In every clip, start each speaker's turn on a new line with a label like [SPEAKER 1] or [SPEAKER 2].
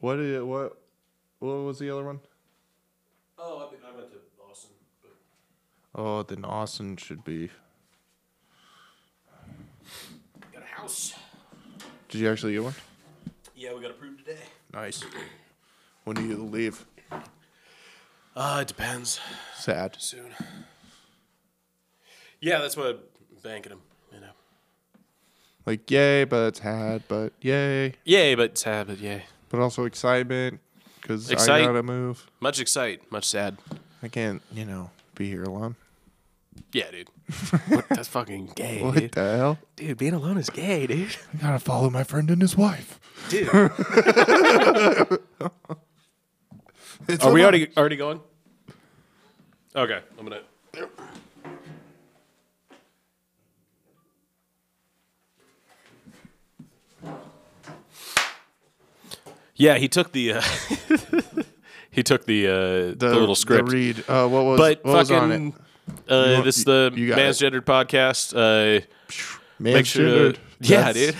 [SPEAKER 1] What did what? What was the other one?
[SPEAKER 2] Oh, I, think I went to Austin, but
[SPEAKER 1] Oh, then Austin should be.
[SPEAKER 2] got a house.
[SPEAKER 1] Did you actually get one?
[SPEAKER 2] Yeah, we got approved today.
[SPEAKER 1] Nice. When do you leave?
[SPEAKER 2] Uh, it depends.
[SPEAKER 1] Sad.
[SPEAKER 2] Soon. Yeah, that's what I'm banking him. You know.
[SPEAKER 1] Like yay, but sad, but yay,
[SPEAKER 2] Yay, but sad, but yay.
[SPEAKER 1] but also excitement because I
[SPEAKER 2] Excite-
[SPEAKER 1] gotta move.
[SPEAKER 2] Much excite, much sad.
[SPEAKER 1] I can't, you know, be here alone.
[SPEAKER 2] Yeah, dude. What- that's fucking gay,
[SPEAKER 1] What
[SPEAKER 2] dude.
[SPEAKER 1] the hell?
[SPEAKER 2] dude, being alone is gay, dude.
[SPEAKER 1] I gotta follow my friend and his wife.
[SPEAKER 2] Dude,
[SPEAKER 1] It's
[SPEAKER 2] are we
[SPEAKER 1] alone.
[SPEAKER 2] already already going? Okay, I'm gonna. Yeah, he took the uh, he took the uh, the, little script.
[SPEAKER 1] The read. Uh, what was?
[SPEAKER 2] but
[SPEAKER 1] what was on
[SPEAKER 2] fucking
[SPEAKER 1] it?
[SPEAKER 2] uh,
[SPEAKER 1] You want-
[SPEAKER 2] this is
[SPEAKER 1] you-
[SPEAKER 2] the
[SPEAKER 1] you got it.
[SPEAKER 2] mansgendered podcast. Uh, make sure
[SPEAKER 1] Mansgendered.
[SPEAKER 2] to yeah,
[SPEAKER 1] That's-
[SPEAKER 2] dude.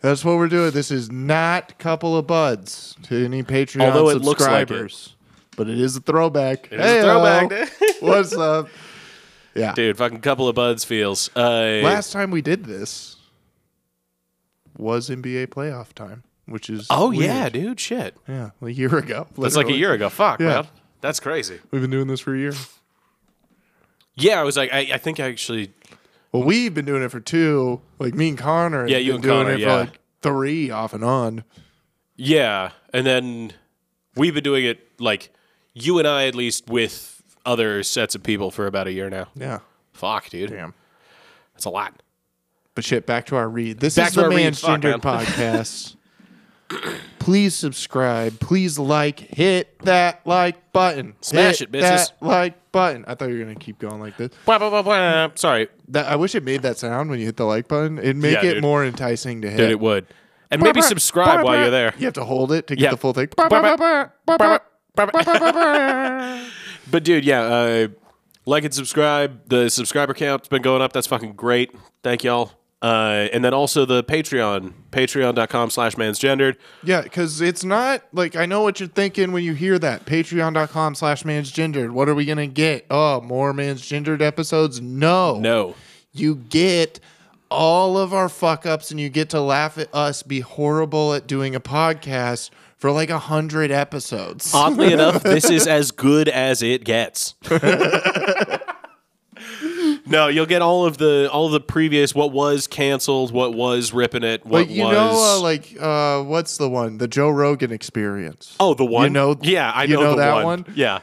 [SPEAKER 1] That's what we're doing. This is not couple of buds to any Patreon
[SPEAKER 2] Although it looks like it.
[SPEAKER 1] subscribers, but it is a throwback.
[SPEAKER 2] It is a throwback, dude.
[SPEAKER 1] What's up? Yeah.
[SPEAKER 2] Dude, fucking couple of buds feels. Uh,
[SPEAKER 1] Last time we did this was NBA playoff time, which is
[SPEAKER 2] oh
[SPEAKER 1] weird.
[SPEAKER 2] yeah, dude. Shit,
[SPEAKER 1] yeah, a year ago.
[SPEAKER 2] that's like a
[SPEAKER 1] literally.
[SPEAKER 2] year ago. Fuck,
[SPEAKER 1] Yeah.
[SPEAKER 2] man. That's crazy.
[SPEAKER 1] We've been doing this for a year.
[SPEAKER 2] Yeah, I was like, I, I think I actually.
[SPEAKER 1] Well, we've been doing it for two. Like me and Connor. have
[SPEAKER 2] Yeah, you
[SPEAKER 1] been
[SPEAKER 2] and
[SPEAKER 1] doing
[SPEAKER 2] Connor,
[SPEAKER 1] it
[SPEAKER 2] yeah.
[SPEAKER 1] for like three off and on.
[SPEAKER 2] Yeah, and then we've been doing it like you and I at least with other sets of people for about a year now.
[SPEAKER 1] Yeah.
[SPEAKER 2] Fuck, dude,
[SPEAKER 1] Damn.
[SPEAKER 2] that's a lot.
[SPEAKER 1] But shit, back to our read. This
[SPEAKER 2] Back
[SPEAKER 1] is
[SPEAKER 2] to
[SPEAKER 1] the
[SPEAKER 2] our read. Fuck,
[SPEAKER 1] Mansgendered
[SPEAKER 2] man.
[SPEAKER 1] podcast. Please subscribe. Please like. Hit that like button.
[SPEAKER 2] Smash
[SPEAKER 1] Hit
[SPEAKER 2] it, bitches.
[SPEAKER 1] That like button. I thought you were gonna keep going like this.
[SPEAKER 2] Blah, blah, blah, blah. Sorry,
[SPEAKER 1] That I wish it made that sound when you hit the like button. It'd make
[SPEAKER 2] Yeah,
[SPEAKER 1] it
[SPEAKER 2] dude.
[SPEAKER 1] more enticing to hit.
[SPEAKER 2] dude, it would. And maybe subscribe while you're there.
[SPEAKER 1] You have to hold it to get
[SPEAKER 2] Yeah.
[SPEAKER 1] the full thing.
[SPEAKER 2] But dude, yeah, uh, like and subscribe. The subscriber count's been going up. That's fucking great. Thank y'all. Uh, and then also the Patreon, patreon.com slash mansgendered.
[SPEAKER 1] Yeah, because it's not like I know what you're thinking when you hear that. Patreon.com slash mansgendered. What are we gonna get? Oh, more mansgendered episodes? No.
[SPEAKER 2] No.
[SPEAKER 1] You get all of our fuck ups and you get to laugh at us be horrible at doing a podcast for like a hundred episodes.
[SPEAKER 2] Oddly enough, this is as good as it gets. no, you'll get all of the all of the previous what was canceled, what was ripping it, what
[SPEAKER 1] but you
[SPEAKER 2] was
[SPEAKER 1] know, uh, like, uh, what's the one? The Joe Rogan experience.
[SPEAKER 2] oh the one.
[SPEAKER 1] know-
[SPEAKER 2] yeah, I
[SPEAKER 1] you
[SPEAKER 2] know,
[SPEAKER 1] know
[SPEAKER 2] the
[SPEAKER 1] that
[SPEAKER 2] one.
[SPEAKER 1] one?
[SPEAKER 2] Yeah,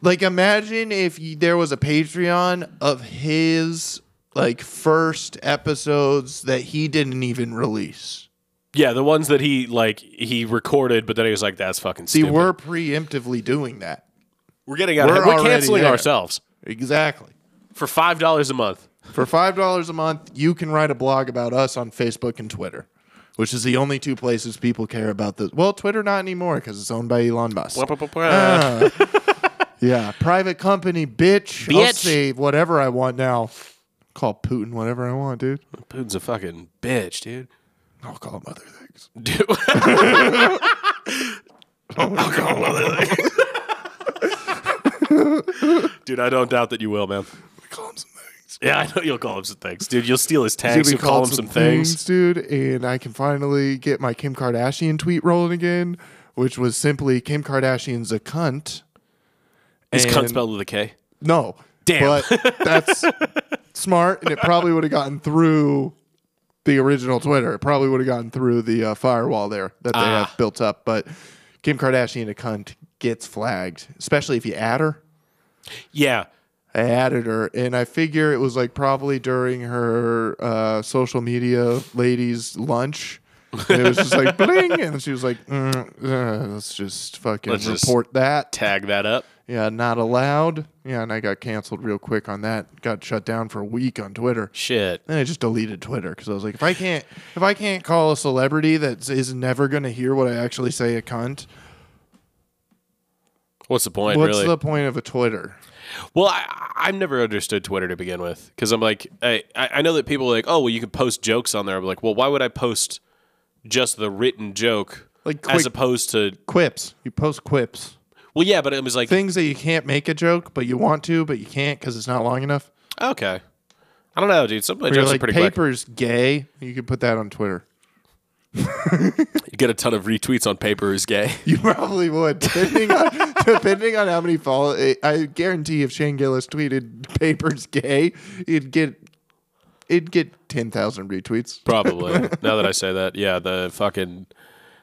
[SPEAKER 1] Like, imagine if y there was a Patreon of his like first episodes that he didn't even release.
[SPEAKER 2] yeah, the ones that he like he recorded, but then he was like, "That's fucking
[SPEAKER 1] See,
[SPEAKER 2] stupid."
[SPEAKER 1] we're preemptively doing that.
[SPEAKER 2] We're getting out.
[SPEAKER 1] We're
[SPEAKER 2] of We're
[SPEAKER 1] already
[SPEAKER 2] canceling
[SPEAKER 1] there.
[SPEAKER 2] ourselves
[SPEAKER 1] Exactly.
[SPEAKER 2] for five dollars a month.
[SPEAKER 1] For five dollars a month, you can write a blog about us on Facebook and Twitter, which is the only two places people care about this. Well, Twitter not anymore because it's owned by Elon Musk. Yeah, private company, bitch. I'll
[SPEAKER 2] Bitch.
[SPEAKER 1] say whatever I want now. Call Putin whatever I want, dude.
[SPEAKER 2] Putin's a fucking bitch, dude.
[SPEAKER 1] I'll call him other things.
[SPEAKER 2] Dude. Dude, I don't doubt that you will, man.
[SPEAKER 1] We call him some things.
[SPEAKER 2] Yeah, I know you'll call him some things, dude. You'll steal his tags. You'll call him some things.
[SPEAKER 1] dude. And I can finally get my Kim Kardashian tweet rolling again, which was simply Kim Kardashian's a cunt.
[SPEAKER 2] Is
[SPEAKER 1] And-
[SPEAKER 2] cunt spelled with a K?
[SPEAKER 1] No.
[SPEAKER 2] Damn.
[SPEAKER 1] But that's smart, and it probably would have gotten through the original Twitter. It probably would have gotten through the uh, firewall there that they
[SPEAKER 2] Ah.
[SPEAKER 1] have built up. But Kim Kardashian, a cunt, gets flagged, especially if you add her.
[SPEAKER 2] Yeah.
[SPEAKER 1] I added her, and I figure it was like probably during her uh, social media ladies' lunch. And it was just like bling, and she was like, mm, uh, "Let's just fucking
[SPEAKER 2] Let's just-
[SPEAKER 1] report that."
[SPEAKER 2] Tag that up.
[SPEAKER 1] Yeah, not allowed. Yeah, and I got canceled real quick on that. Got shut down for a week on Twitter.
[SPEAKER 2] Shit.
[SPEAKER 1] Then I just deleted Twitter because I was like, if I can't, if I can't call a celebrity that is never going to hear what I actually say a cunt,
[SPEAKER 2] What's the point,
[SPEAKER 1] what's
[SPEAKER 2] really?
[SPEAKER 1] the point of a Twitter?
[SPEAKER 2] Well, I, I've never understood Twitter to begin with because I'm like, I, I I know that people are like, oh, well, you can post jokes on there. I'm like, well, why would I post just the written joke
[SPEAKER 1] Like
[SPEAKER 2] as
[SPEAKER 1] quick
[SPEAKER 2] opposed to
[SPEAKER 1] quips. You post quips.
[SPEAKER 2] well, yeah, but it was like
[SPEAKER 1] Things that you can't make a joke, but you want to, but you can't because it's not long enough.
[SPEAKER 2] okay. I don't know, dude. Some of my
[SPEAKER 1] Or You're
[SPEAKER 2] jokes are
[SPEAKER 1] like,
[SPEAKER 2] pretty
[SPEAKER 1] paper's gay. You could put that on Twitter.
[SPEAKER 2] quick. You get a ton of retweets on paper is gay.
[SPEAKER 1] You probably would, depending on depending on how many follow. I- I guarantee, if Shane Gillis tweeted "papers gay," it'd get it'd get ten thousand retweets.
[SPEAKER 2] Probably. now that I say that, yeah, the fucking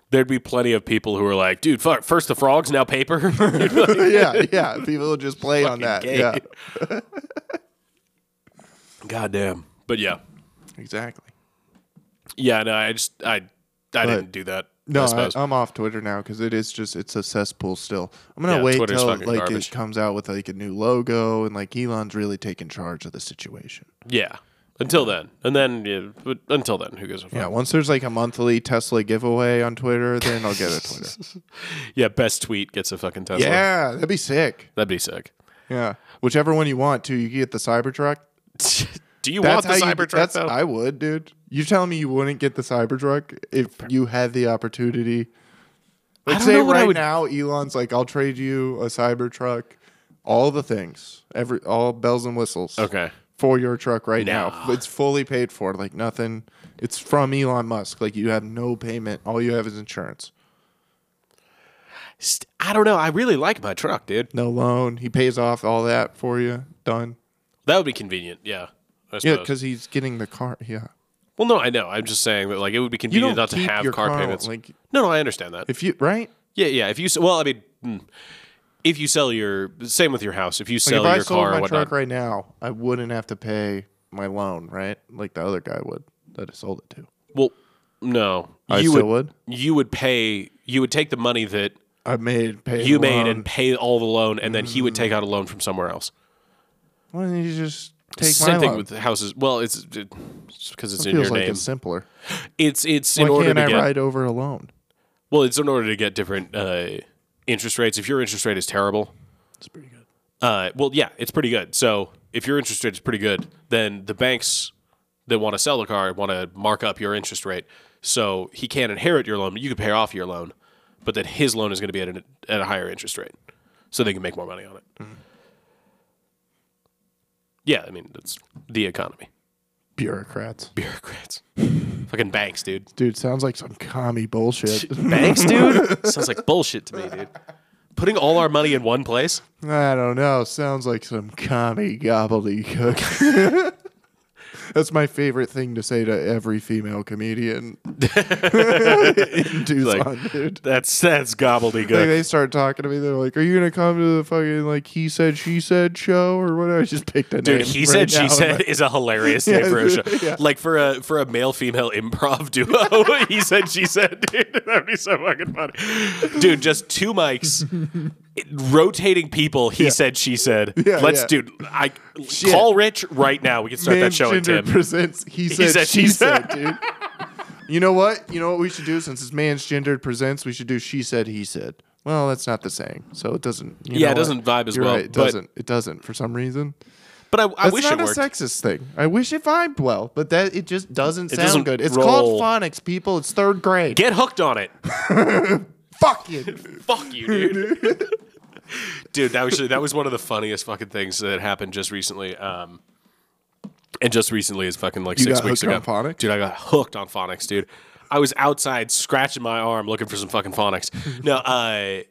[SPEAKER 2] there'd be plenty of people who are like, dude, fuck, first the frogs, now paper. You're like,
[SPEAKER 1] yeah, yeah. People will just play on that.
[SPEAKER 2] gay.
[SPEAKER 1] Yeah,
[SPEAKER 2] Goddamn. But yeah,
[SPEAKER 1] exactly.
[SPEAKER 2] yeah, no, I just I I didn't do that.
[SPEAKER 1] No,
[SPEAKER 2] I
[SPEAKER 1] I
[SPEAKER 2] suppose.
[SPEAKER 1] I, am off Twitter now because it is just it's a cesspool still. I'm gonna
[SPEAKER 2] Yeah,
[SPEAKER 1] wait
[SPEAKER 2] Twitter's
[SPEAKER 1] till
[SPEAKER 2] fucking
[SPEAKER 1] like
[SPEAKER 2] garbage.
[SPEAKER 1] it comes out with like a new logo and like Elon's really taking charge of the situation.
[SPEAKER 2] yeah. Until then, and then yeah, but until then, who gives a fuck?
[SPEAKER 1] Yeah, once there's like a monthly Tesla giveaway on Twitter, then I'll get a Twitter.
[SPEAKER 2] Yeah, best tweet gets a fucking Tesla.
[SPEAKER 1] yeah, that'd be sick.
[SPEAKER 2] That'd be sick.
[SPEAKER 1] Yeah, whichever one you want too. You can get the Cybertruck.
[SPEAKER 2] Do you want the
[SPEAKER 1] how you-
[SPEAKER 2] Cybertruck
[SPEAKER 1] that's-
[SPEAKER 2] though?
[SPEAKER 1] I would, dude. You're telling me you wouldn't get the Cybertruck if you had the opportunity? Like,
[SPEAKER 2] don't
[SPEAKER 1] say
[SPEAKER 2] know what I
[SPEAKER 1] right
[SPEAKER 2] would-
[SPEAKER 1] now, Elon's like, "I'll trade you a Cybertruck, all the things, every all bells and whistles,
[SPEAKER 2] okay.
[SPEAKER 1] for your truck right now.
[SPEAKER 2] No.
[SPEAKER 1] It's fully paid for, like nothing. It's from Elon Musk. Like you have no payment. All you have is insurance.
[SPEAKER 2] St- I don't know. I really like my truck, dude.
[SPEAKER 1] No loan. He pays off all that for you. Done.
[SPEAKER 2] That would be convenient. Yeah. I
[SPEAKER 1] Yeah,
[SPEAKER 2] suppose.
[SPEAKER 1] because he's getting the car. Yeah."
[SPEAKER 2] well, no, I know. I'm just saying that like it would be convenient
[SPEAKER 1] don't
[SPEAKER 2] not to
[SPEAKER 1] keep
[SPEAKER 2] have
[SPEAKER 1] your
[SPEAKER 2] car,
[SPEAKER 1] car,
[SPEAKER 2] payments.
[SPEAKER 1] like-
[SPEAKER 2] no, no, I understand that.
[SPEAKER 1] If you right,
[SPEAKER 2] yeah, yeah. If you s- well, I mean, hmm. if you sell your same with your house, if you
[SPEAKER 1] Like,
[SPEAKER 2] sell
[SPEAKER 1] if I
[SPEAKER 2] your
[SPEAKER 1] sold
[SPEAKER 2] car
[SPEAKER 1] my
[SPEAKER 2] or whatnot,
[SPEAKER 1] truck right now, I wouldn't have to pay my loan, right? Like the other guy would that I sold it to.
[SPEAKER 2] well, no,
[SPEAKER 1] I
[SPEAKER 2] you
[SPEAKER 1] still would.
[SPEAKER 2] You would pay. You would take the money that
[SPEAKER 1] I made pay.
[SPEAKER 2] you
[SPEAKER 1] the
[SPEAKER 2] made
[SPEAKER 1] loan. Mm.
[SPEAKER 2] and pay all the loan, and then he would take out a loan from somewhere else.
[SPEAKER 1] Why didn't you just take my
[SPEAKER 2] Same thing
[SPEAKER 1] loan?
[SPEAKER 2] with houses. Well, it's because it's
[SPEAKER 1] it
[SPEAKER 2] in
[SPEAKER 1] feels
[SPEAKER 2] your
[SPEAKER 1] like
[SPEAKER 2] name.
[SPEAKER 1] it's simpler.
[SPEAKER 2] It's it's
[SPEAKER 1] Why
[SPEAKER 2] in order
[SPEAKER 1] can't
[SPEAKER 2] to
[SPEAKER 1] I
[SPEAKER 2] get
[SPEAKER 1] ride over a loan?
[SPEAKER 2] well, it's in order to get different uh, interest rates. If your interest rate is terrible,
[SPEAKER 1] It's pretty good.
[SPEAKER 2] uh, well, yeah, it's pretty good. So if your interest rate is pretty good, then the banks that want to sell the car want to mark up your interest rate. So he can't inherit your loan, but you can pay off your loan, but then his loan is going to be at, an, at a higher interest rate, so they can make more money on it. Yeah, I mean that's the economy,
[SPEAKER 1] Bureaucrats,
[SPEAKER 2] bureaucrats, fucking banks, dude.
[SPEAKER 1] dude, sounds like some commie bullshit.
[SPEAKER 2] Banks, dude? Sounds like bullshit to me, dude. Putting all our money in one place?
[SPEAKER 1] I don't know. Sounds like some commie gobbledygook. That's my favorite thing to say to every female comedian in Tucson, dude.
[SPEAKER 2] That's that's
[SPEAKER 1] Like
[SPEAKER 2] gobbledygook.
[SPEAKER 1] they start talking to me, they're like, "Are you gonna come to the fucking like he said she said show or whatever?" I just picked a
[SPEAKER 2] Dude,
[SPEAKER 1] name
[SPEAKER 2] he
[SPEAKER 1] right
[SPEAKER 2] said, she
[SPEAKER 1] now.
[SPEAKER 2] said is a hilarious name for a show.
[SPEAKER 1] yeah.
[SPEAKER 2] Like for a for a male female improv duo, he said, she said, dude, that'd be so fucking funny. Dude, just two mics, it- rotating people. He said, she said.
[SPEAKER 1] Yeah,
[SPEAKER 2] Let's,
[SPEAKER 1] yeah.
[SPEAKER 2] dude, I call Rich right now. We can start that show in
[SPEAKER 1] Mangender
[SPEAKER 2] Tim.
[SPEAKER 1] presents. He said,
[SPEAKER 2] said,
[SPEAKER 1] she,
[SPEAKER 2] she
[SPEAKER 1] said, dude. You know what? You know what we should do since it's mansgendered presents. We should do she said he said. Well, that's not the saying, so it doesn't. you
[SPEAKER 2] Yeah,
[SPEAKER 1] know
[SPEAKER 2] it doesn't
[SPEAKER 1] what?
[SPEAKER 2] vibe as
[SPEAKER 1] You're
[SPEAKER 2] well,
[SPEAKER 1] Right, it
[SPEAKER 2] but-
[SPEAKER 1] doesn't. It doesn't for some reason.
[SPEAKER 2] But I, I
[SPEAKER 1] That's
[SPEAKER 2] wish
[SPEAKER 1] not
[SPEAKER 2] it
[SPEAKER 1] a
[SPEAKER 2] worked.
[SPEAKER 1] sexist thing. I wish it vibed well, but that it just doesn't sound
[SPEAKER 2] doesn't
[SPEAKER 1] good. It's
[SPEAKER 2] roll.
[SPEAKER 1] called phonics, people. It's third grade.
[SPEAKER 2] Get hooked on it.
[SPEAKER 1] Fuck you.
[SPEAKER 2] Fuck you, dude. dude, that was that was one of the funniest fucking things that happened just recently. Um, and just recently is fucking like
[SPEAKER 1] You
[SPEAKER 2] six
[SPEAKER 1] got
[SPEAKER 2] weeks
[SPEAKER 1] hooked
[SPEAKER 2] ago.
[SPEAKER 1] on phonics?
[SPEAKER 2] Dude, I got hooked on phonics, dude. I was outside scratching my arm looking for some fucking phonics. no, uh,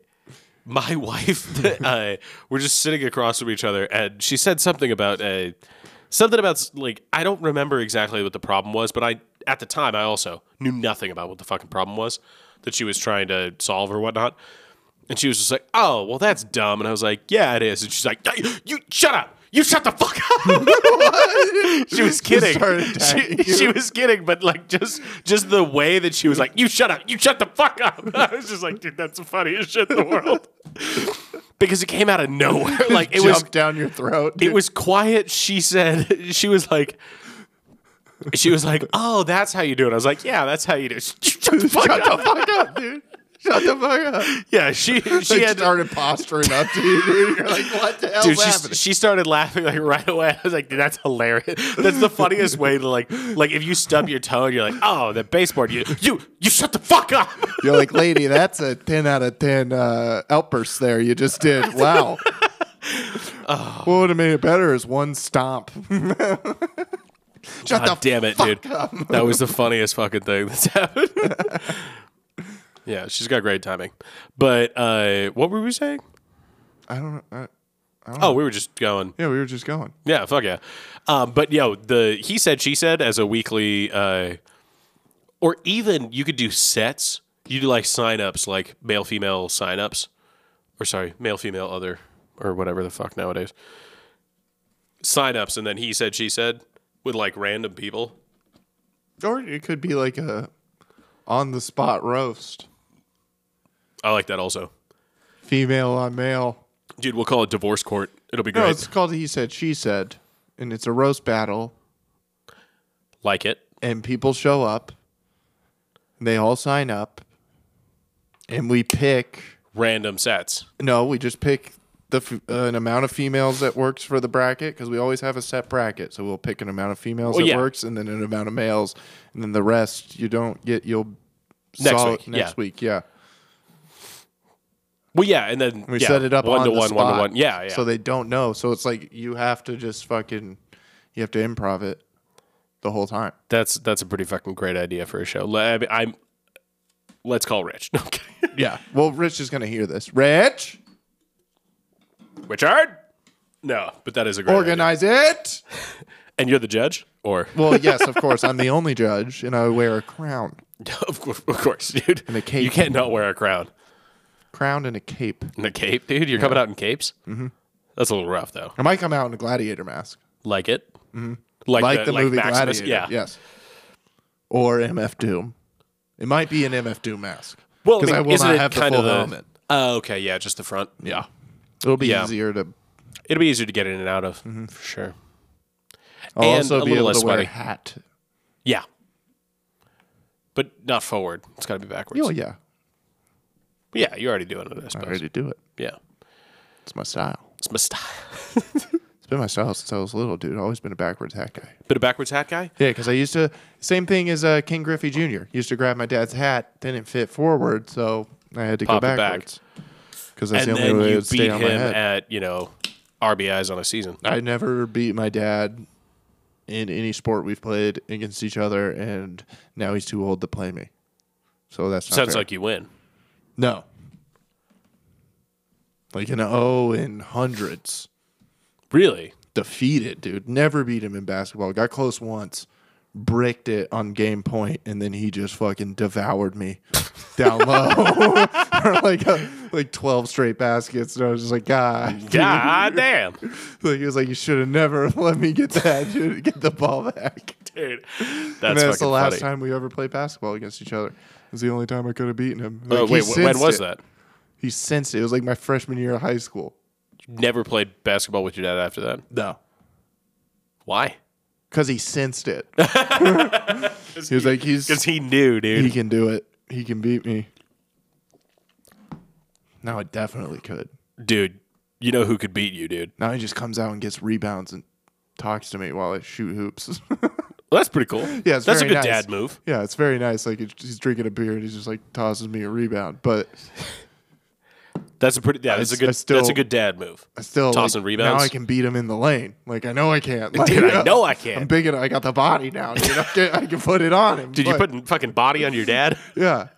[SPEAKER 2] my wife, uh, we're just sitting across from each other, and she said something about uh, something about s- like I don't remember exactly what the problem was, but I at the time I also knew nothing about what the fucking problem was that she was trying to solve or whatnot. And she was just like, "Oh, well, that's dumb." And I was like, "Yeah, it is." And she's like, "Hey, "You shut up! You shut the fuck up!" she was kidding.
[SPEAKER 1] started
[SPEAKER 2] She,
[SPEAKER 1] attacking you.
[SPEAKER 2] she was kidding, but like just just the way that she was like, "You shut up! You shut the fuck up!" I was just like, "Dude, that's the funniest shit in the world," because it came out of nowhere. Like it
[SPEAKER 1] Jump
[SPEAKER 2] was
[SPEAKER 1] down your throat.
[SPEAKER 2] it was quiet. She said she was like. She was like, "Oh, that's how you do it." I was like, "Yeah, that's how you do it." Shut the fuck up.
[SPEAKER 1] Shut the fuck up, dude. Shut the fuck up.
[SPEAKER 2] Yeah, she she
[SPEAKER 1] She
[SPEAKER 2] had
[SPEAKER 1] started posturing up to you, dude. You're like, what the hell's
[SPEAKER 2] Dude, she,
[SPEAKER 1] happening?
[SPEAKER 2] she started laughing like right away. I was like, "Dude, that's hilarious. That's the funniest way to like, like if you stub your toe and you're like, oh, the baseboard, you, you, you shut the fuck up."
[SPEAKER 1] You're like, lady, that's a 10 out of 10 uh, outburst there you just did. Wow. What would have made it better is one stomp. Shut
[SPEAKER 2] God
[SPEAKER 1] the
[SPEAKER 2] damn it, dude. That was the funniest fucking thing that's happened. yeah, she's got great timing. But uh, what were we saying?
[SPEAKER 1] I don't know. I,
[SPEAKER 2] Oh, we were just going.
[SPEAKER 1] yeah, we were just going.
[SPEAKER 2] Yeah, fuck yeah. Um, but yo, the he said she said as a weekly, uh, or even you could do sets. You do like sign ups, like male female sign ups, or sorry, male female other, or whatever the fuck nowadays. Sign ups, and then he said she said with like random people.
[SPEAKER 1] Or it could be like a on the spot roast.
[SPEAKER 2] I like that also,
[SPEAKER 1] Female on male.
[SPEAKER 2] dude. We'll call it divorce court. It'll be
[SPEAKER 1] No,
[SPEAKER 2] great.
[SPEAKER 1] it's called He Said, She Said. And it's a roast battle.
[SPEAKER 2] like it.
[SPEAKER 1] And people show up. And they all sign up. And we pick.
[SPEAKER 2] Random sets.
[SPEAKER 1] No, we just pick the f- uh, an amount of females that works for the bracket because we always have a set bracket. So we'll pick an amount of females
[SPEAKER 2] Well,
[SPEAKER 1] that
[SPEAKER 2] yeah.
[SPEAKER 1] works, and then an amount of males, and then the rest you don't get. You'll
[SPEAKER 2] Next
[SPEAKER 1] saw-
[SPEAKER 2] week,
[SPEAKER 1] Next
[SPEAKER 2] yeah.
[SPEAKER 1] week, yeah.
[SPEAKER 2] Well, yeah, and then
[SPEAKER 1] We
[SPEAKER 2] yeah,
[SPEAKER 1] set it up
[SPEAKER 2] one
[SPEAKER 1] on the
[SPEAKER 2] to one, one to
[SPEAKER 1] spot,
[SPEAKER 2] one. Yeah, yeah.
[SPEAKER 1] So they don't know. So it's like you have to just fucking you have to improv it the whole time.
[SPEAKER 2] That's that's a pretty fucking great idea for a show. Le- I mean, I'm let's call Rich. Okay.
[SPEAKER 1] Yeah. Well, Rich is gonna hear this. Rich,
[SPEAKER 2] Richard? No, but that is a great idea.
[SPEAKER 1] organize it.
[SPEAKER 2] And you're the judge? Or
[SPEAKER 1] Well, yes, of course. I'm the only judge, and I wear a crown,
[SPEAKER 2] of, cour- of course, dude.
[SPEAKER 1] a cape.
[SPEAKER 2] You can't not wear a crown.
[SPEAKER 1] crown and a cape.
[SPEAKER 2] And a cape, dude. You're coming out in capes? Mm-hmm. That's a little rough though.
[SPEAKER 1] I might come out in a gladiator mask.
[SPEAKER 2] Like it? Mm-hmm. Like,
[SPEAKER 1] like the, movie
[SPEAKER 2] Maximus?
[SPEAKER 1] Gladiator.
[SPEAKER 2] Yeah.
[SPEAKER 1] Yes. Or MF Doom. It might be an MF Doom mask.
[SPEAKER 2] Well, I,
[SPEAKER 1] because
[SPEAKER 2] mean,
[SPEAKER 1] I, will
[SPEAKER 2] isn't
[SPEAKER 1] not
[SPEAKER 2] it
[SPEAKER 1] have the
[SPEAKER 2] kind
[SPEAKER 1] full
[SPEAKER 2] of the
[SPEAKER 1] helmet.
[SPEAKER 2] Oh, okay, yeah, just the front.
[SPEAKER 1] Yeah. It'll be
[SPEAKER 2] Yeah.
[SPEAKER 1] easier to
[SPEAKER 2] It'll be easier to get in and out of.
[SPEAKER 1] Mm-hmm.
[SPEAKER 2] For sure.
[SPEAKER 1] I'll
[SPEAKER 2] And
[SPEAKER 1] also
[SPEAKER 2] a
[SPEAKER 1] be
[SPEAKER 2] little
[SPEAKER 1] able
[SPEAKER 2] less
[SPEAKER 1] to wear a
[SPEAKER 2] sweaty.
[SPEAKER 1] hat.
[SPEAKER 2] Yeah. But not forward. It's got to be backwards.
[SPEAKER 1] Oh yeah.
[SPEAKER 2] Yeah, you're already doing it, I
[SPEAKER 1] I
[SPEAKER 2] suppose.
[SPEAKER 1] already do it.
[SPEAKER 2] Yeah.
[SPEAKER 1] It's my style.
[SPEAKER 2] It's my style.
[SPEAKER 1] It's been my style since I was little, dude. I've always been a backwards hat guy.
[SPEAKER 2] Bit of backwards hat guy?
[SPEAKER 1] Yeah, because I used to same thing as uh, King Griffey Jr. Used to grab my dad's hat, didn't fit forward, so I had to
[SPEAKER 2] Pop
[SPEAKER 1] go
[SPEAKER 2] it back.
[SPEAKER 1] backwards. Because that's
[SPEAKER 2] and
[SPEAKER 1] the only
[SPEAKER 2] then
[SPEAKER 1] way it
[SPEAKER 2] you
[SPEAKER 1] would stay
[SPEAKER 2] beat
[SPEAKER 1] on
[SPEAKER 2] him
[SPEAKER 1] my head.
[SPEAKER 2] at you know RBIs on a season.
[SPEAKER 1] I never beat my dad in any sport we've played against each other, and now he's too old to play me. So that's not
[SPEAKER 2] Sounds
[SPEAKER 1] fair.
[SPEAKER 2] like you win.
[SPEAKER 1] no, like an O in hundreds.
[SPEAKER 2] Really?
[SPEAKER 1] Defeated, dude. Never beat him in basketball. Got close once, bricked it on game point, and then he just fucking devoured me down low for like a, like twelve straight baskets. And I was just like, God, dude."
[SPEAKER 2] God damn,
[SPEAKER 1] Like he was like, you should have never let me get that. You should get the ball back.
[SPEAKER 2] dude. That's,
[SPEAKER 1] And that's
[SPEAKER 2] fucking
[SPEAKER 1] the last
[SPEAKER 2] funny.
[SPEAKER 1] time we ever played basketball against each other. It was the only time I could have beaten him.
[SPEAKER 2] Oh,
[SPEAKER 1] Like, he
[SPEAKER 2] wait, wh- when
[SPEAKER 1] sensed
[SPEAKER 2] was
[SPEAKER 1] it.
[SPEAKER 2] that?
[SPEAKER 1] He sensed it. It was like my freshman year of high school.
[SPEAKER 2] Never played basketball with your dad after that.
[SPEAKER 1] No,
[SPEAKER 2] Why?
[SPEAKER 1] because he sensed it. he was like, he's
[SPEAKER 2] Because he knew, dude.
[SPEAKER 1] he can do it. He can beat me. Now I definitely could.
[SPEAKER 2] dude, you know who could beat you, dude.
[SPEAKER 1] Now he just comes out and gets rebounds and talks to me while I shoot hoops.
[SPEAKER 2] Well, that's pretty cool.
[SPEAKER 1] Yeah, it's
[SPEAKER 2] that's a
[SPEAKER 1] very
[SPEAKER 2] good
[SPEAKER 1] nice.
[SPEAKER 2] dad move.
[SPEAKER 1] yeah, it's very nice. Like it's- he's drinking a beer and he's just like tosses me a rebound. But
[SPEAKER 2] That's a pretty. Yeah, that's a
[SPEAKER 1] s- I
[SPEAKER 2] good.
[SPEAKER 1] still-
[SPEAKER 2] that's a good dad move.
[SPEAKER 1] I still
[SPEAKER 2] Toss
[SPEAKER 1] like,
[SPEAKER 2] and rebounds?
[SPEAKER 1] Now I can beat him in the lane. Like I know I can't. Like,
[SPEAKER 2] Dude, I know I
[SPEAKER 1] I'm
[SPEAKER 2] can.
[SPEAKER 1] big enough. I got the body now. Dude. I, can, I can put it on him.
[SPEAKER 2] Did you
[SPEAKER 1] but-
[SPEAKER 2] put fucking body on your dad?
[SPEAKER 1] Yeah,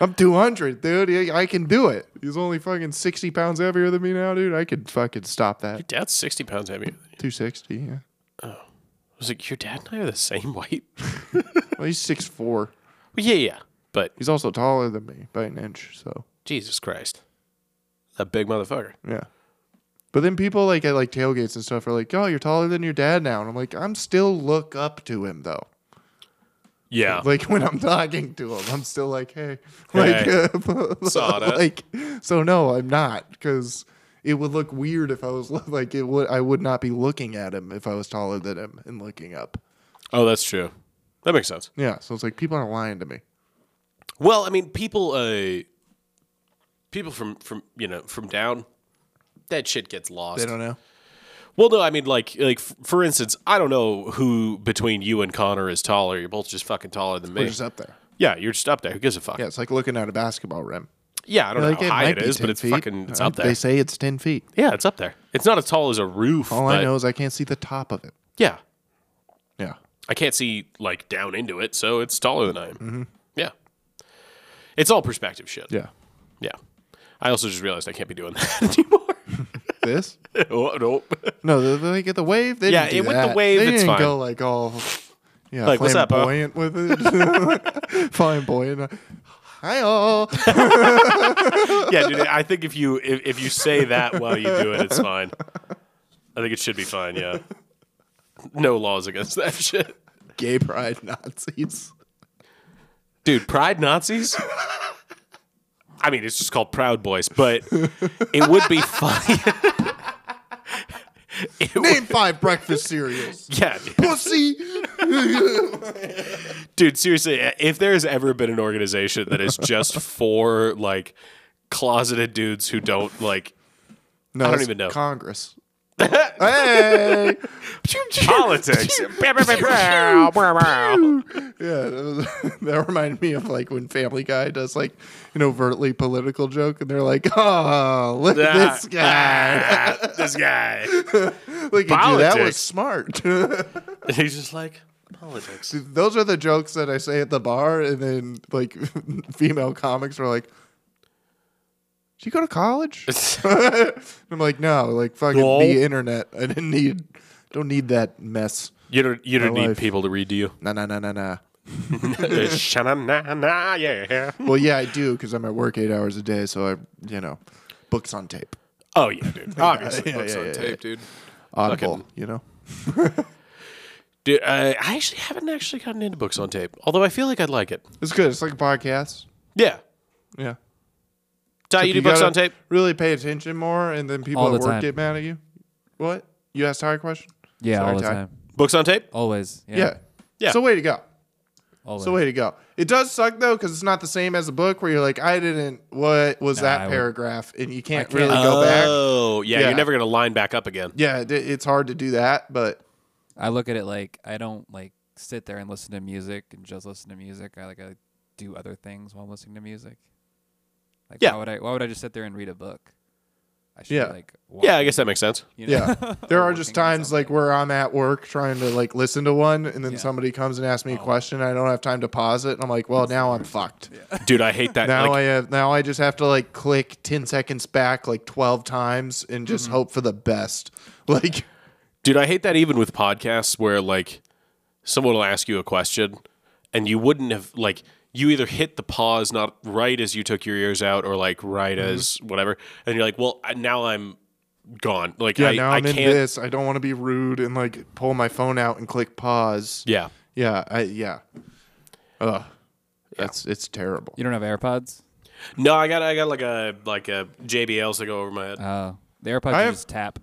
[SPEAKER 1] I'm 200, dude. I I can do it. He's only fucking 60 pounds heavier than me now, dude. I could fucking stop that.
[SPEAKER 2] Dad's sixty pounds heavier. than you.
[SPEAKER 1] 260. Yeah.
[SPEAKER 2] I was like, your dad and I are the same weight.
[SPEAKER 1] Well, he's 6'4.
[SPEAKER 2] Well, yeah, yeah, but
[SPEAKER 1] He's also taller than me by an inch. So
[SPEAKER 2] Jesus Christ. That big motherfucker.
[SPEAKER 1] yeah. But then people like at like tailgates and stuff are like, "Oh, you're taller than your dad now," and I'm like, "I'm still look up to him though."
[SPEAKER 2] Yeah.
[SPEAKER 1] like when I'm talking to him, I'm still like, hey,
[SPEAKER 2] Hey.
[SPEAKER 1] like, uh,
[SPEAKER 2] Saw that.
[SPEAKER 1] like, so no, I'm not because it would look weird if I was lo- like it would. I would not be looking at him if I was taller than him and looking up.
[SPEAKER 2] oh, that's true. That makes sense.
[SPEAKER 1] Yeah, so it's like people aren't lying to me.
[SPEAKER 2] Well, I mean, people uh people from from you know from down, that shit gets lost.
[SPEAKER 1] They don't know.
[SPEAKER 2] Well, no, I mean, like, like f- for instance, I don't know who between you and Connor is taller. You're both just fucking taller than me.
[SPEAKER 1] We're just up there.
[SPEAKER 2] yeah, you're just up there. Who gives a fuck?
[SPEAKER 1] Yeah,
[SPEAKER 2] Yeah,
[SPEAKER 1] it's like looking at a basketball rim.
[SPEAKER 2] I don't
[SPEAKER 1] Like,
[SPEAKER 2] know
[SPEAKER 1] it
[SPEAKER 2] how high
[SPEAKER 1] might
[SPEAKER 2] it
[SPEAKER 1] be
[SPEAKER 2] is,
[SPEAKER 1] 10
[SPEAKER 2] but it's
[SPEAKER 1] feet.
[SPEAKER 2] fucking, it's
[SPEAKER 1] Uh,
[SPEAKER 2] up there.
[SPEAKER 1] They say it's ten feet.
[SPEAKER 2] yeah, it's up there. It's not as tall as a roof.
[SPEAKER 1] All
[SPEAKER 2] but
[SPEAKER 1] I know is I can't see the top of it.
[SPEAKER 2] Yeah,
[SPEAKER 1] Yeah.
[SPEAKER 2] I can't see like down into it, so it's taller than I am. Yeah, it's all perspective shit.
[SPEAKER 1] Yeah.
[SPEAKER 2] yeah. I also just realized I can't be doing that anymore.
[SPEAKER 1] This?
[SPEAKER 2] oh, nope.
[SPEAKER 1] No, they, they get the wave. They
[SPEAKER 2] Yeah,
[SPEAKER 1] didn't do
[SPEAKER 2] it- with the
[SPEAKER 1] that.
[SPEAKER 2] wave,
[SPEAKER 1] They
[SPEAKER 2] it's
[SPEAKER 1] didn't
[SPEAKER 2] fine.
[SPEAKER 1] go like all yeah,
[SPEAKER 2] Like, what's up, huh?
[SPEAKER 1] flamboyant with it. flamboyant. Hi all.
[SPEAKER 2] yeah, dude. I think if you if, if you say that while you do it, it's fine. I think it should be fine. Yeah, no laws against that shit,
[SPEAKER 1] Gay pride Nazis.
[SPEAKER 2] dude. Pride Nazis. I mean, it's just called Proud Boys, but it would be fine. It would-
[SPEAKER 1] Name five breakfast cereals.
[SPEAKER 2] yeah, dude.
[SPEAKER 1] Pussy.
[SPEAKER 2] dude. Seriously, if there has ever been an organization that is just for like closeted dudes who don't like
[SPEAKER 1] No,
[SPEAKER 2] don't
[SPEAKER 1] it's
[SPEAKER 2] even know.
[SPEAKER 1] Congress. hey.
[SPEAKER 2] politics.
[SPEAKER 1] Yeah, that, was, that reminded me of like when Family Guy does like an overtly political joke, and they're like, "Oh, look at this guy!
[SPEAKER 2] this guy.
[SPEAKER 1] Look at you, that was
[SPEAKER 2] ah, politics.
[SPEAKER 1] smart."
[SPEAKER 2] And he's just like, politics.
[SPEAKER 1] Those are the jokes that I say at the bar, and then like female comics are like, "Did you go to college?" I'm like, "No, like fucking
[SPEAKER 2] No.
[SPEAKER 1] the internet. I didn't need, don't need that mess.
[SPEAKER 2] you don't, you don't
[SPEAKER 1] My
[SPEAKER 2] need
[SPEAKER 1] life.
[SPEAKER 2] people to read to you.
[SPEAKER 1] Nah, nah, nah, nah, nah."
[SPEAKER 2] Sha-na-na-na, yeah.
[SPEAKER 1] Well, yeah, I do because I'm at work eight hours a day, so I, you know, books on tape,
[SPEAKER 2] Oh, yeah, dude. Obviously,
[SPEAKER 1] yeah,
[SPEAKER 2] books
[SPEAKER 1] yeah,
[SPEAKER 2] on
[SPEAKER 1] yeah,
[SPEAKER 2] tape, dude.
[SPEAKER 1] Audible,
[SPEAKER 2] Fucking-
[SPEAKER 1] you know.
[SPEAKER 2] Dude, I, I actually haven't actually gotten into books on tape, although I feel like I'd like it.
[SPEAKER 1] It's good. It's like a podcast.
[SPEAKER 2] Yeah.
[SPEAKER 1] Yeah.
[SPEAKER 2] Ty, you do books
[SPEAKER 1] gotta
[SPEAKER 2] on tape?
[SPEAKER 1] Really pay attention more, and then people
[SPEAKER 3] All
[SPEAKER 1] at
[SPEAKER 3] the
[SPEAKER 1] work
[SPEAKER 3] time.
[SPEAKER 1] get mad at you. What? You asked Ty a question?
[SPEAKER 3] Yeah,
[SPEAKER 1] Sorry,
[SPEAKER 3] all the
[SPEAKER 1] Ty.
[SPEAKER 3] time.
[SPEAKER 2] Books on tape?
[SPEAKER 3] Always. Yeah.
[SPEAKER 1] Yeah.
[SPEAKER 2] Yeah.
[SPEAKER 1] It's a way to go.
[SPEAKER 3] Always.
[SPEAKER 1] It's a way to go. It does suck, though, because it's not the same as a book where you're like, I didn't, what was that
[SPEAKER 3] I would-
[SPEAKER 1] paragraph? And you can't,
[SPEAKER 3] can't.
[SPEAKER 1] really go back.
[SPEAKER 2] Oh, yeah,
[SPEAKER 1] Yeah.
[SPEAKER 2] You're never going to line back up again.
[SPEAKER 1] Yeah, it, it's hard to do that, but
[SPEAKER 3] I look at it like I don't like sit there and listen to music and just listen to music. I like I do other things while listening to music. Like
[SPEAKER 2] Yeah.
[SPEAKER 3] why would I why would I just sit there and read a book? I should
[SPEAKER 1] Yeah.
[SPEAKER 3] be, like
[SPEAKER 2] Yeah, I
[SPEAKER 3] walking,
[SPEAKER 2] guess that makes sense.
[SPEAKER 3] you know?
[SPEAKER 1] yeah. There are just
[SPEAKER 3] Working on
[SPEAKER 1] times like where I'm at work trying to like listen to one, and then somebody comes and asks me a
[SPEAKER 3] Oh.
[SPEAKER 1] question. and I don't have time to pause it. And I'm like, well, now I'm fucked.
[SPEAKER 2] Dude, I hate that.
[SPEAKER 1] Now
[SPEAKER 2] like,
[SPEAKER 1] I have now I just have to like click 10 seconds back like 12 times and just
[SPEAKER 3] Mm-hmm.
[SPEAKER 1] hope for the best. Like
[SPEAKER 2] Dude, I hate that even with podcasts where like someone will ask you a question and you wouldn't have like you either hit the pause not right as you took your ears out or like right
[SPEAKER 1] Mm-hmm.
[SPEAKER 2] as whatever and you're like, "Well, I, now I'm gone." Like
[SPEAKER 1] yeah,
[SPEAKER 2] I
[SPEAKER 1] now
[SPEAKER 2] I
[SPEAKER 1] I'm in
[SPEAKER 2] can't
[SPEAKER 1] this. I don't want to be rude and like pull my phone out and click pause.
[SPEAKER 2] Yeah.
[SPEAKER 1] Yeah, I yeah. Ugh. That's it's terrible.
[SPEAKER 3] You don't have AirPods?
[SPEAKER 2] No, I got I got like a like a JBLs that go over my head.
[SPEAKER 3] Uh the AirPods
[SPEAKER 1] I
[SPEAKER 3] you
[SPEAKER 1] have-
[SPEAKER 3] just tap.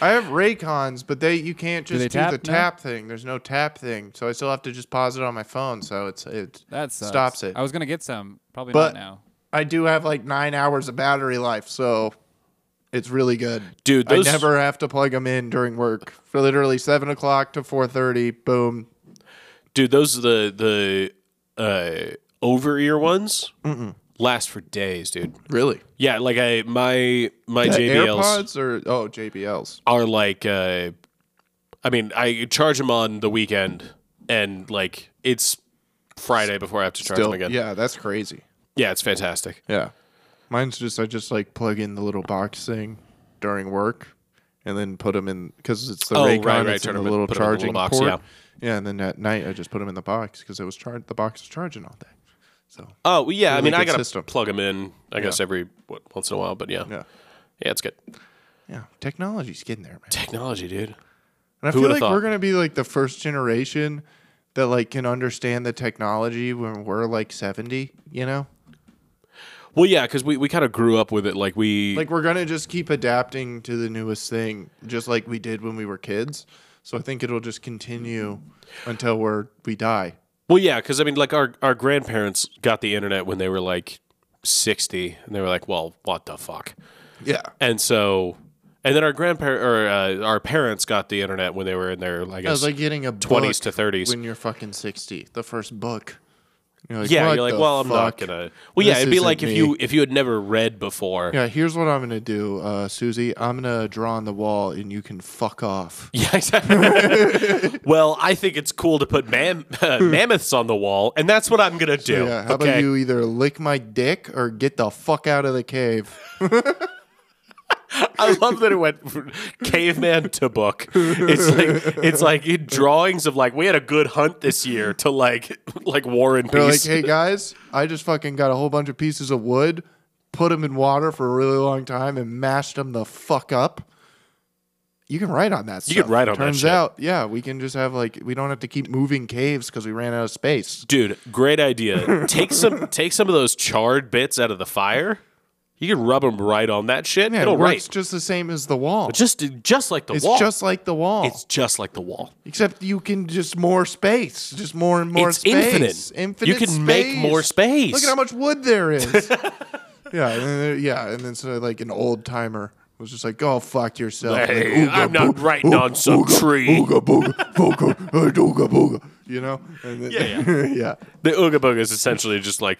[SPEAKER 1] I have Raycons, but they you can't just
[SPEAKER 3] they
[SPEAKER 1] do,
[SPEAKER 3] tap?
[SPEAKER 1] the
[SPEAKER 3] No?
[SPEAKER 1] tap thing. There's no tap thing. So I still have to just pause it on my phone, so it's it
[SPEAKER 3] That sucks.
[SPEAKER 1] stops it.
[SPEAKER 3] I was gonna get some. Probably
[SPEAKER 1] But-
[SPEAKER 3] not now.
[SPEAKER 1] I do have like 9 hours of battery life, so it's really good.
[SPEAKER 2] Dude,
[SPEAKER 1] I
[SPEAKER 2] those
[SPEAKER 1] never have to plug them in during work. For literally seven o'clock to four thirty. Boom.
[SPEAKER 2] dude, those the the uh over ear ones last for days, dude.
[SPEAKER 1] Really?
[SPEAKER 2] Yeah, like I my my JBLs
[SPEAKER 1] AirPods or oh JBLs.
[SPEAKER 2] are like uh I mean, I charge them on the weekend and like it's Friday before I have to charge
[SPEAKER 1] Still,
[SPEAKER 2] them again.
[SPEAKER 1] yeah, that's crazy.
[SPEAKER 2] Yeah, it's fantastic.
[SPEAKER 1] Yeah, mine's just I just like plug in the little box thing during work, and then put them in because it's the
[SPEAKER 2] Oh,
[SPEAKER 1] Raycon.
[SPEAKER 2] right, right,
[SPEAKER 1] It's
[SPEAKER 2] turn
[SPEAKER 1] in
[SPEAKER 2] 'em
[SPEAKER 1] the
[SPEAKER 2] in-
[SPEAKER 1] little
[SPEAKER 2] put 'em in the
[SPEAKER 1] charging
[SPEAKER 2] little box,
[SPEAKER 1] port. Yeah. and then at night I just put them in the box because it was charged. The box was charging all day. So
[SPEAKER 2] Oh, well, yeah. I
[SPEAKER 1] Really
[SPEAKER 2] mean, I
[SPEAKER 1] good
[SPEAKER 2] got to
[SPEAKER 1] system.
[SPEAKER 2] plug them in, I guess, every what, once in a while, but yeah.
[SPEAKER 1] yeah,
[SPEAKER 2] Yeah, it's good.
[SPEAKER 1] yeah, technology's getting there, man.
[SPEAKER 2] Technology, dude.
[SPEAKER 1] And I
[SPEAKER 2] Who
[SPEAKER 1] feel
[SPEAKER 2] would've
[SPEAKER 1] like
[SPEAKER 2] thought?
[SPEAKER 1] we're gonna be like the first generation that like can understand the technology when we're like seventy. You know,
[SPEAKER 2] Well, yeah, because we, we kind of grew up with it. Like, we.
[SPEAKER 1] like we're gonna just keep adapting to the newest thing, just like we did when we were kids. So I think it'll just continue until we're we die.
[SPEAKER 2] well, yeah, because I mean, like, our, our grandparents got the internet when they were like 60. And they were like, well, what the fuck?
[SPEAKER 1] Yeah.
[SPEAKER 2] And so, and then our grandparents or uh, our parents got the internet when they were in their, I guess,
[SPEAKER 1] I was like getting a
[SPEAKER 2] 20s to
[SPEAKER 1] book
[SPEAKER 2] 30s.
[SPEAKER 1] when you're fucking 60. The first book. You're like,
[SPEAKER 2] yeah,
[SPEAKER 1] what
[SPEAKER 2] you're like,
[SPEAKER 1] the
[SPEAKER 2] well, I'm
[SPEAKER 1] fuck?
[SPEAKER 2] not gonna. Well, yeah,
[SPEAKER 1] This
[SPEAKER 2] it'd be
[SPEAKER 1] isn't
[SPEAKER 2] like if
[SPEAKER 1] me.
[SPEAKER 2] you if you had never read before.
[SPEAKER 1] Yeah, here's what I'm gonna do, uh, Susie. I'm gonna draw on the wall, and you can fuck off.
[SPEAKER 2] Yeah, exactly. well, I think it's cool to put mam- uh, mammoths on the wall, and that's what I'm gonna do.
[SPEAKER 1] Yeah. How
[SPEAKER 2] okay.
[SPEAKER 1] about you either lick my dick or get the fuck out of the cave?
[SPEAKER 2] I love that it went from caveman to book. It's like it's like in drawings of like we had a good hunt this year to like like War and
[SPEAKER 1] They're like,
[SPEAKER 2] Peace.
[SPEAKER 1] hey guys, I just fucking got a whole bunch of pieces of wood, put them in water for a really long time, and mashed them the fuck up. You can write on that.
[SPEAKER 2] You can
[SPEAKER 1] stuff.
[SPEAKER 2] write on that
[SPEAKER 1] Turns
[SPEAKER 2] shit.
[SPEAKER 1] out, yeah, we can just have like we don't have to keep moving caves because we ran out of space.
[SPEAKER 2] Dude, great idea. Take some take some of those charred bits out of the fire. You can rub them right on that shit.
[SPEAKER 1] Yeah,
[SPEAKER 2] It'll
[SPEAKER 1] it works
[SPEAKER 2] write.
[SPEAKER 1] just the same as the wall.
[SPEAKER 2] Just just like the
[SPEAKER 1] it's
[SPEAKER 2] wall.
[SPEAKER 1] just like the wall.
[SPEAKER 2] It's just like the wall.
[SPEAKER 1] Except you can just more space, just more and more
[SPEAKER 2] It's
[SPEAKER 1] space.
[SPEAKER 2] infinite.
[SPEAKER 1] Infinite
[SPEAKER 2] You can make
[SPEAKER 1] space.
[SPEAKER 2] more space.
[SPEAKER 1] Look at how much wood there is. yeah, and then, there- yeah, and then so like an old timer was just like, "Go fuck yourself." And
[SPEAKER 2] Hey,
[SPEAKER 1] then, "Ooga
[SPEAKER 2] I'm not
[SPEAKER 1] boog-
[SPEAKER 2] writing
[SPEAKER 1] oog-
[SPEAKER 2] on some
[SPEAKER 1] ooga,
[SPEAKER 2] tree."
[SPEAKER 1] Ooga booga, booga, uh, dooga booga. You know? And then, yeah, yeah.
[SPEAKER 2] The Ooga Booga is essentially just like,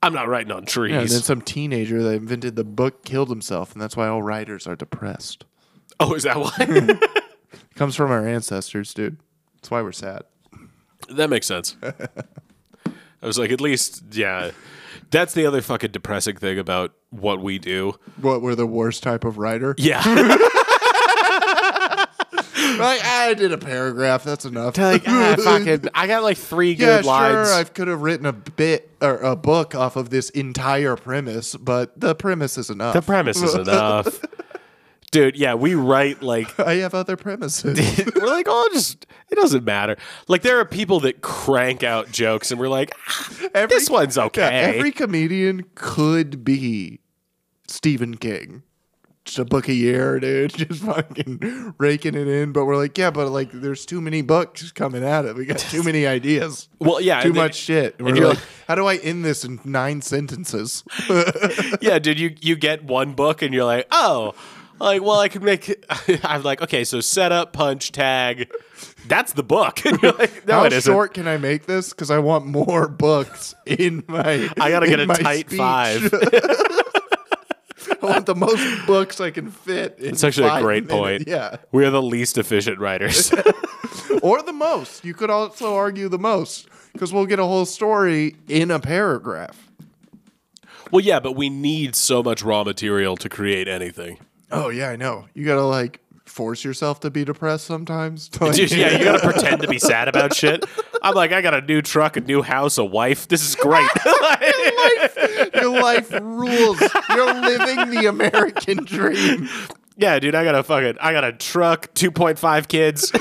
[SPEAKER 2] I'm not writing on
[SPEAKER 1] And
[SPEAKER 2] trees.
[SPEAKER 1] then some teenager that invented the book killed himself, and that's why all writers are depressed.
[SPEAKER 2] oh, is that why?
[SPEAKER 1] It comes from our ancestors, dude. That's why we're sad.
[SPEAKER 2] that makes sense. I was like, at least, yeah. That's the other fucking depressing thing about what we do.
[SPEAKER 1] What we're the worst type of writer?
[SPEAKER 2] Yeah.
[SPEAKER 1] Like, I did a paragraph. That's enough.
[SPEAKER 2] I got like three
[SPEAKER 1] yeah, sure. I could have written a bit or a book off of this entire premise, but the premise is enough.
[SPEAKER 2] the premise is enough. Dude, yeah, we write like
[SPEAKER 1] I have other premises.
[SPEAKER 2] we're like, oh, just it doesn't matter. Like there are people that crank out jokes, and we're like, ah,
[SPEAKER 1] Every-
[SPEAKER 2] this one's okay.
[SPEAKER 1] Yeah, every comedian could be Stephen King. Just a book a year, dude. Just fucking raking it in. But we're like, yeah, but like, there's too many books coming at it. We got too many ideas.
[SPEAKER 2] well, yeah,
[SPEAKER 1] Too
[SPEAKER 2] and then-
[SPEAKER 1] much shit. We're
[SPEAKER 2] you're
[SPEAKER 1] like,
[SPEAKER 2] like-
[SPEAKER 1] how do I end this in nine sentences?
[SPEAKER 2] yeah, dude, you you get one book and you're like, oh, like well, I can make. I'm like, okay, so setup, punch, tag, that's the book. And you're like, no,
[SPEAKER 1] How
[SPEAKER 2] it isn't.
[SPEAKER 1] short can I make this? Because I want more books in my.
[SPEAKER 2] I gotta
[SPEAKER 1] in
[SPEAKER 2] get a
[SPEAKER 1] my
[SPEAKER 2] tight
[SPEAKER 1] speech.
[SPEAKER 2] five.
[SPEAKER 1] I want the most books I can fit. In
[SPEAKER 2] It's actually a
[SPEAKER 1] five
[SPEAKER 2] great
[SPEAKER 1] minutes.
[SPEAKER 2] point. we are the least efficient writers.
[SPEAKER 1] Yeah, or the most. You could also argue the most because we'll get a whole story in a paragraph.
[SPEAKER 2] well, yeah, but we need so much raw material to create anything.
[SPEAKER 1] Oh yeah, I know. You gotta like force yourself to be depressed sometimes. Like,
[SPEAKER 2] Dude, yeah, you gotta pretend to be sad about shit. I'm like, I got a new truck, a new house, a wife. This is great.
[SPEAKER 1] Your life rules. You're living the American dream.
[SPEAKER 2] yeah, dude, I got a fucking, I got a truck, 2.5 kids.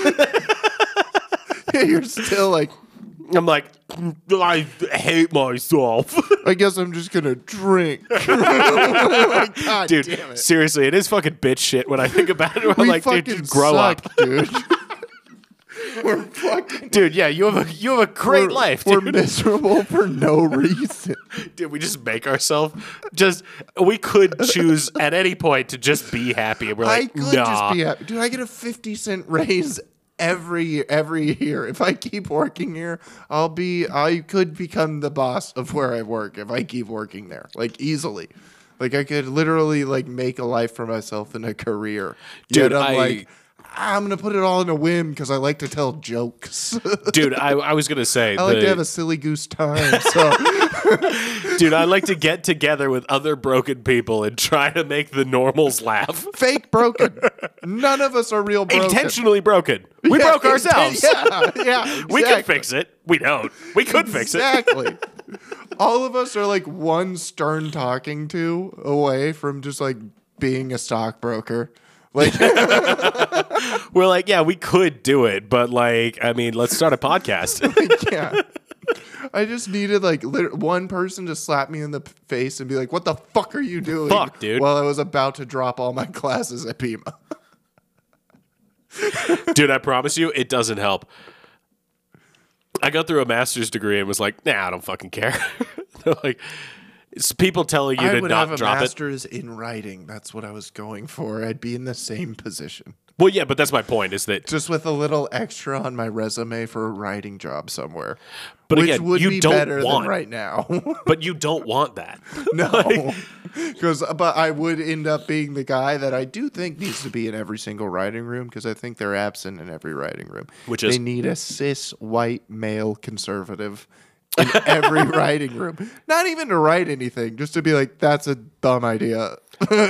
[SPEAKER 1] You're still like
[SPEAKER 2] I'm like, I hate myself.
[SPEAKER 1] I guess I'm just gonna drink. Like, God
[SPEAKER 2] dude,
[SPEAKER 1] damn it.
[SPEAKER 2] seriously, it is fucking bitch shit when I think about it. I'm
[SPEAKER 1] We
[SPEAKER 2] like, dude,
[SPEAKER 1] fucking
[SPEAKER 2] just grow
[SPEAKER 1] suck,
[SPEAKER 2] up.
[SPEAKER 1] dude. we're fucking
[SPEAKER 2] Dude, yeah, you have a you have a great
[SPEAKER 1] we're,
[SPEAKER 2] life,
[SPEAKER 1] We're
[SPEAKER 2] dude.
[SPEAKER 1] miserable for no reason.
[SPEAKER 2] Dude, we just make ourselves just we could choose at any point to just be happy. And we're
[SPEAKER 1] I
[SPEAKER 2] like,
[SPEAKER 1] could
[SPEAKER 2] nah.
[SPEAKER 1] just be happy. Dude, I get a fifty cent raise every year every year. If I keep working here, I'll be I could become the boss of where I work if I keep working there. Like easily. Like I could literally like make a life for myself in a career.
[SPEAKER 2] Dude,
[SPEAKER 1] Yet I'm
[SPEAKER 2] I-
[SPEAKER 1] like "Ah, I'm gonna put it all in a whim because I like to tell jokes.
[SPEAKER 2] dude, I, I was gonna say
[SPEAKER 1] I like
[SPEAKER 2] the-
[SPEAKER 1] to have a silly goose time. So
[SPEAKER 2] Dude, I like to get together with other broken people and try to make the normals laugh.
[SPEAKER 1] fake broken. None of us are real broken.
[SPEAKER 2] Intentionally broken. We
[SPEAKER 1] Yeah,
[SPEAKER 2] broke
[SPEAKER 1] inten-
[SPEAKER 2] ourselves.
[SPEAKER 1] Yeah, yeah. exactly.
[SPEAKER 2] We could fix it. We don't. We could fix it.
[SPEAKER 1] Exactly. All of us are like one stern talking to away from just like being a stockbroker. Like
[SPEAKER 2] We're like, yeah, we could do it, but like, I mean, let's start a podcast.
[SPEAKER 1] yeah. I just needed like lit- one person to slap me in the p- face and be like, "What the fuck are you doing?"
[SPEAKER 2] Fuck, dude.
[SPEAKER 1] While I was about to drop all my classes at Pima.
[SPEAKER 2] Dude, I promise you, it doesn't help. I got through a master's degree and was like, nah, I don't fucking care. They're like, It's people telling you
[SPEAKER 1] I
[SPEAKER 2] to
[SPEAKER 1] would
[SPEAKER 2] not
[SPEAKER 1] have a
[SPEAKER 2] drop it.
[SPEAKER 1] master's in writing. That's what I was going for. I'd be in the same position.
[SPEAKER 2] Well, yeah, but that's my point is that.
[SPEAKER 1] Just with a little extra on my resume for a writing job somewhere.
[SPEAKER 2] But
[SPEAKER 1] which
[SPEAKER 2] again,
[SPEAKER 1] would
[SPEAKER 2] you
[SPEAKER 1] be
[SPEAKER 2] don't
[SPEAKER 1] better
[SPEAKER 2] want-
[SPEAKER 1] than right now.
[SPEAKER 2] But you don't want that.
[SPEAKER 1] No, because but I would end up being the guy that I do think needs to be in every single writing room because I think they're absent in every writing room.
[SPEAKER 2] Which
[SPEAKER 1] they
[SPEAKER 2] is-
[SPEAKER 1] need a cis white male conservative in every writing room. Not even to write anything, just to be like, that's a dumb idea.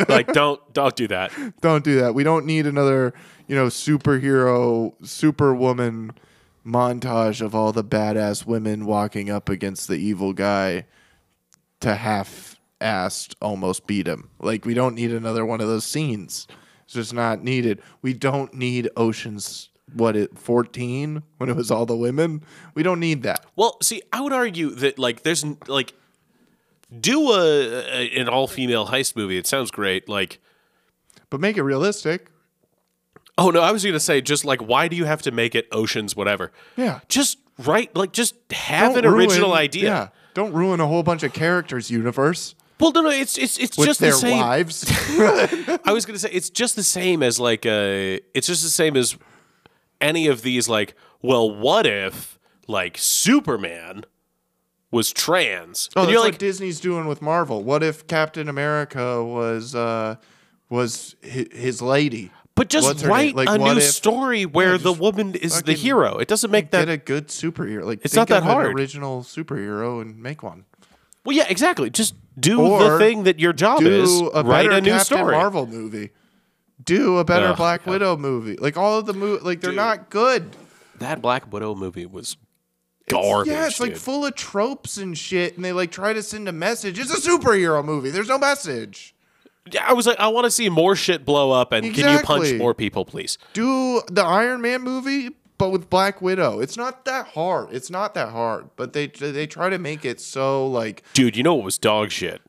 [SPEAKER 2] like, don't don't do that.
[SPEAKER 1] Don't do that. We don't need another, you know, superhero, superwoman montage of all the badass women walking up against the evil guy to half assed almost beat him. Like, we don't need another one of those scenes. It's just not needed. We don't need Ocean's, what, it 14 when it was all the women? We don't need that.
[SPEAKER 2] Well, see, I would argue that like there's n- like do a, a an all female heist movie. It sounds great. Like,
[SPEAKER 1] But make it realistic.
[SPEAKER 2] oh no, I was gonna say just like why do you have to make it oceans whatever?
[SPEAKER 1] Yeah.
[SPEAKER 2] Just write like just have
[SPEAKER 1] Don't
[SPEAKER 2] an
[SPEAKER 1] ruin-
[SPEAKER 2] original idea.
[SPEAKER 1] Yeah. Don't ruin a whole bunch of characters' universe
[SPEAKER 2] Well, no, no, it's it's it's
[SPEAKER 1] with
[SPEAKER 2] just
[SPEAKER 1] their
[SPEAKER 2] the same.
[SPEAKER 1] wives.
[SPEAKER 2] I was gonna say it's just the same as like uh it's just the same as any of these like well what if like Superman was trans
[SPEAKER 1] Oh,
[SPEAKER 2] and
[SPEAKER 1] that's
[SPEAKER 2] you're
[SPEAKER 1] what
[SPEAKER 2] like
[SPEAKER 1] Disney's doing with Marvel. What if Captain America was uh, was his, his lady? what's
[SPEAKER 2] but just
[SPEAKER 1] her name?
[SPEAKER 2] write
[SPEAKER 1] Like,
[SPEAKER 2] a
[SPEAKER 1] what
[SPEAKER 2] new
[SPEAKER 1] if-
[SPEAKER 2] story where the
[SPEAKER 1] just
[SPEAKER 2] woman is the
[SPEAKER 1] fucking
[SPEAKER 2] hero it doesn't make that
[SPEAKER 1] Get a good superhero. Like
[SPEAKER 2] It's
[SPEAKER 1] think
[SPEAKER 2] not that
[SPEAKER 1] of an
[SPEAKER 2] hard.
[SPEAKER 1] original superhero and make one.
[SPEAKER 2] well yeah exactly just do the
[SPEAKER 1] Or
[SPEAKER 2] thing that your job is
[SPEAKER 1] Do a
[SPEAKER 2] write
[SPEAKER 1] better
[SPEAKER 2] a new
[SPEAKER 1] Captain
[SPEAKER 2] story
[SPEAKER 1] Marvel movie. Do a better
[SPEAKER 2] Ugh,
[SPEAKER 1] Black
[SPEAKER 2] yeah.
[SPEAKER 1] Widow movie. Like all of the mo- like they're
[SPEAKER 2] Dude.
[SPEAKER 1] not good.
[SPEAKER 2] that Black Widow movie was garbage
[SPEAKER 1] yeah, it's like
[SPEAKER 2] dude.
[SPEAKER 1] full of tropes and shit, and they like try to send a message. It's a superhero movie. There's no message.
[SPEAKER 2] Yeah, I was like I want to see more shit blow up and can you punch
[SPEAKER 1] Exactly.
[SPEAKER 2] more people please
[SPEAKER 1] do the Iron Man movie, but with Black Widow. It's not that hard. It's not that hard. But they they try to make it so like,
[SPEAKER 2] dude you know what was dog shit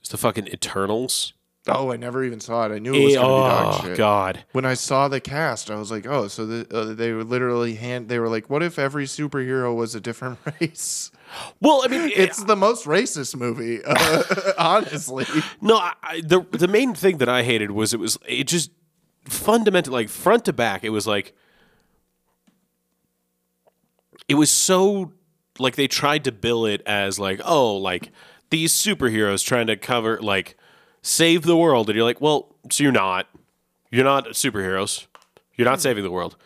[SPEAKER 2] it's the fucking Eternals.
[SPEAKER 1] oh, I never even saw it. I knew it was gonna be dog
[SPEAKER 2] oh
[SPEAKER 1] shit.
[SPEAKER 2] god
[SPEAKER 1] When I saw the cast, I was like, oh, so the, uh, they were literally hand. They were like, what if every superhero was a different race?
[SPEAKER 2] well i mean
[SPEAKER 1] It's the most racist movie, uh, honestly.
[SPEAKER 2] no I, I- the the main thing that i hated was it was it just fundamental like front to back it was like it was so like they tried to bill it as like oh like these superheroes trying to cover like save the world and you're like well so you're not you're not superheroes you're
[SPEAKER 1] Hmm.
[SPEAKER 2] not saving the world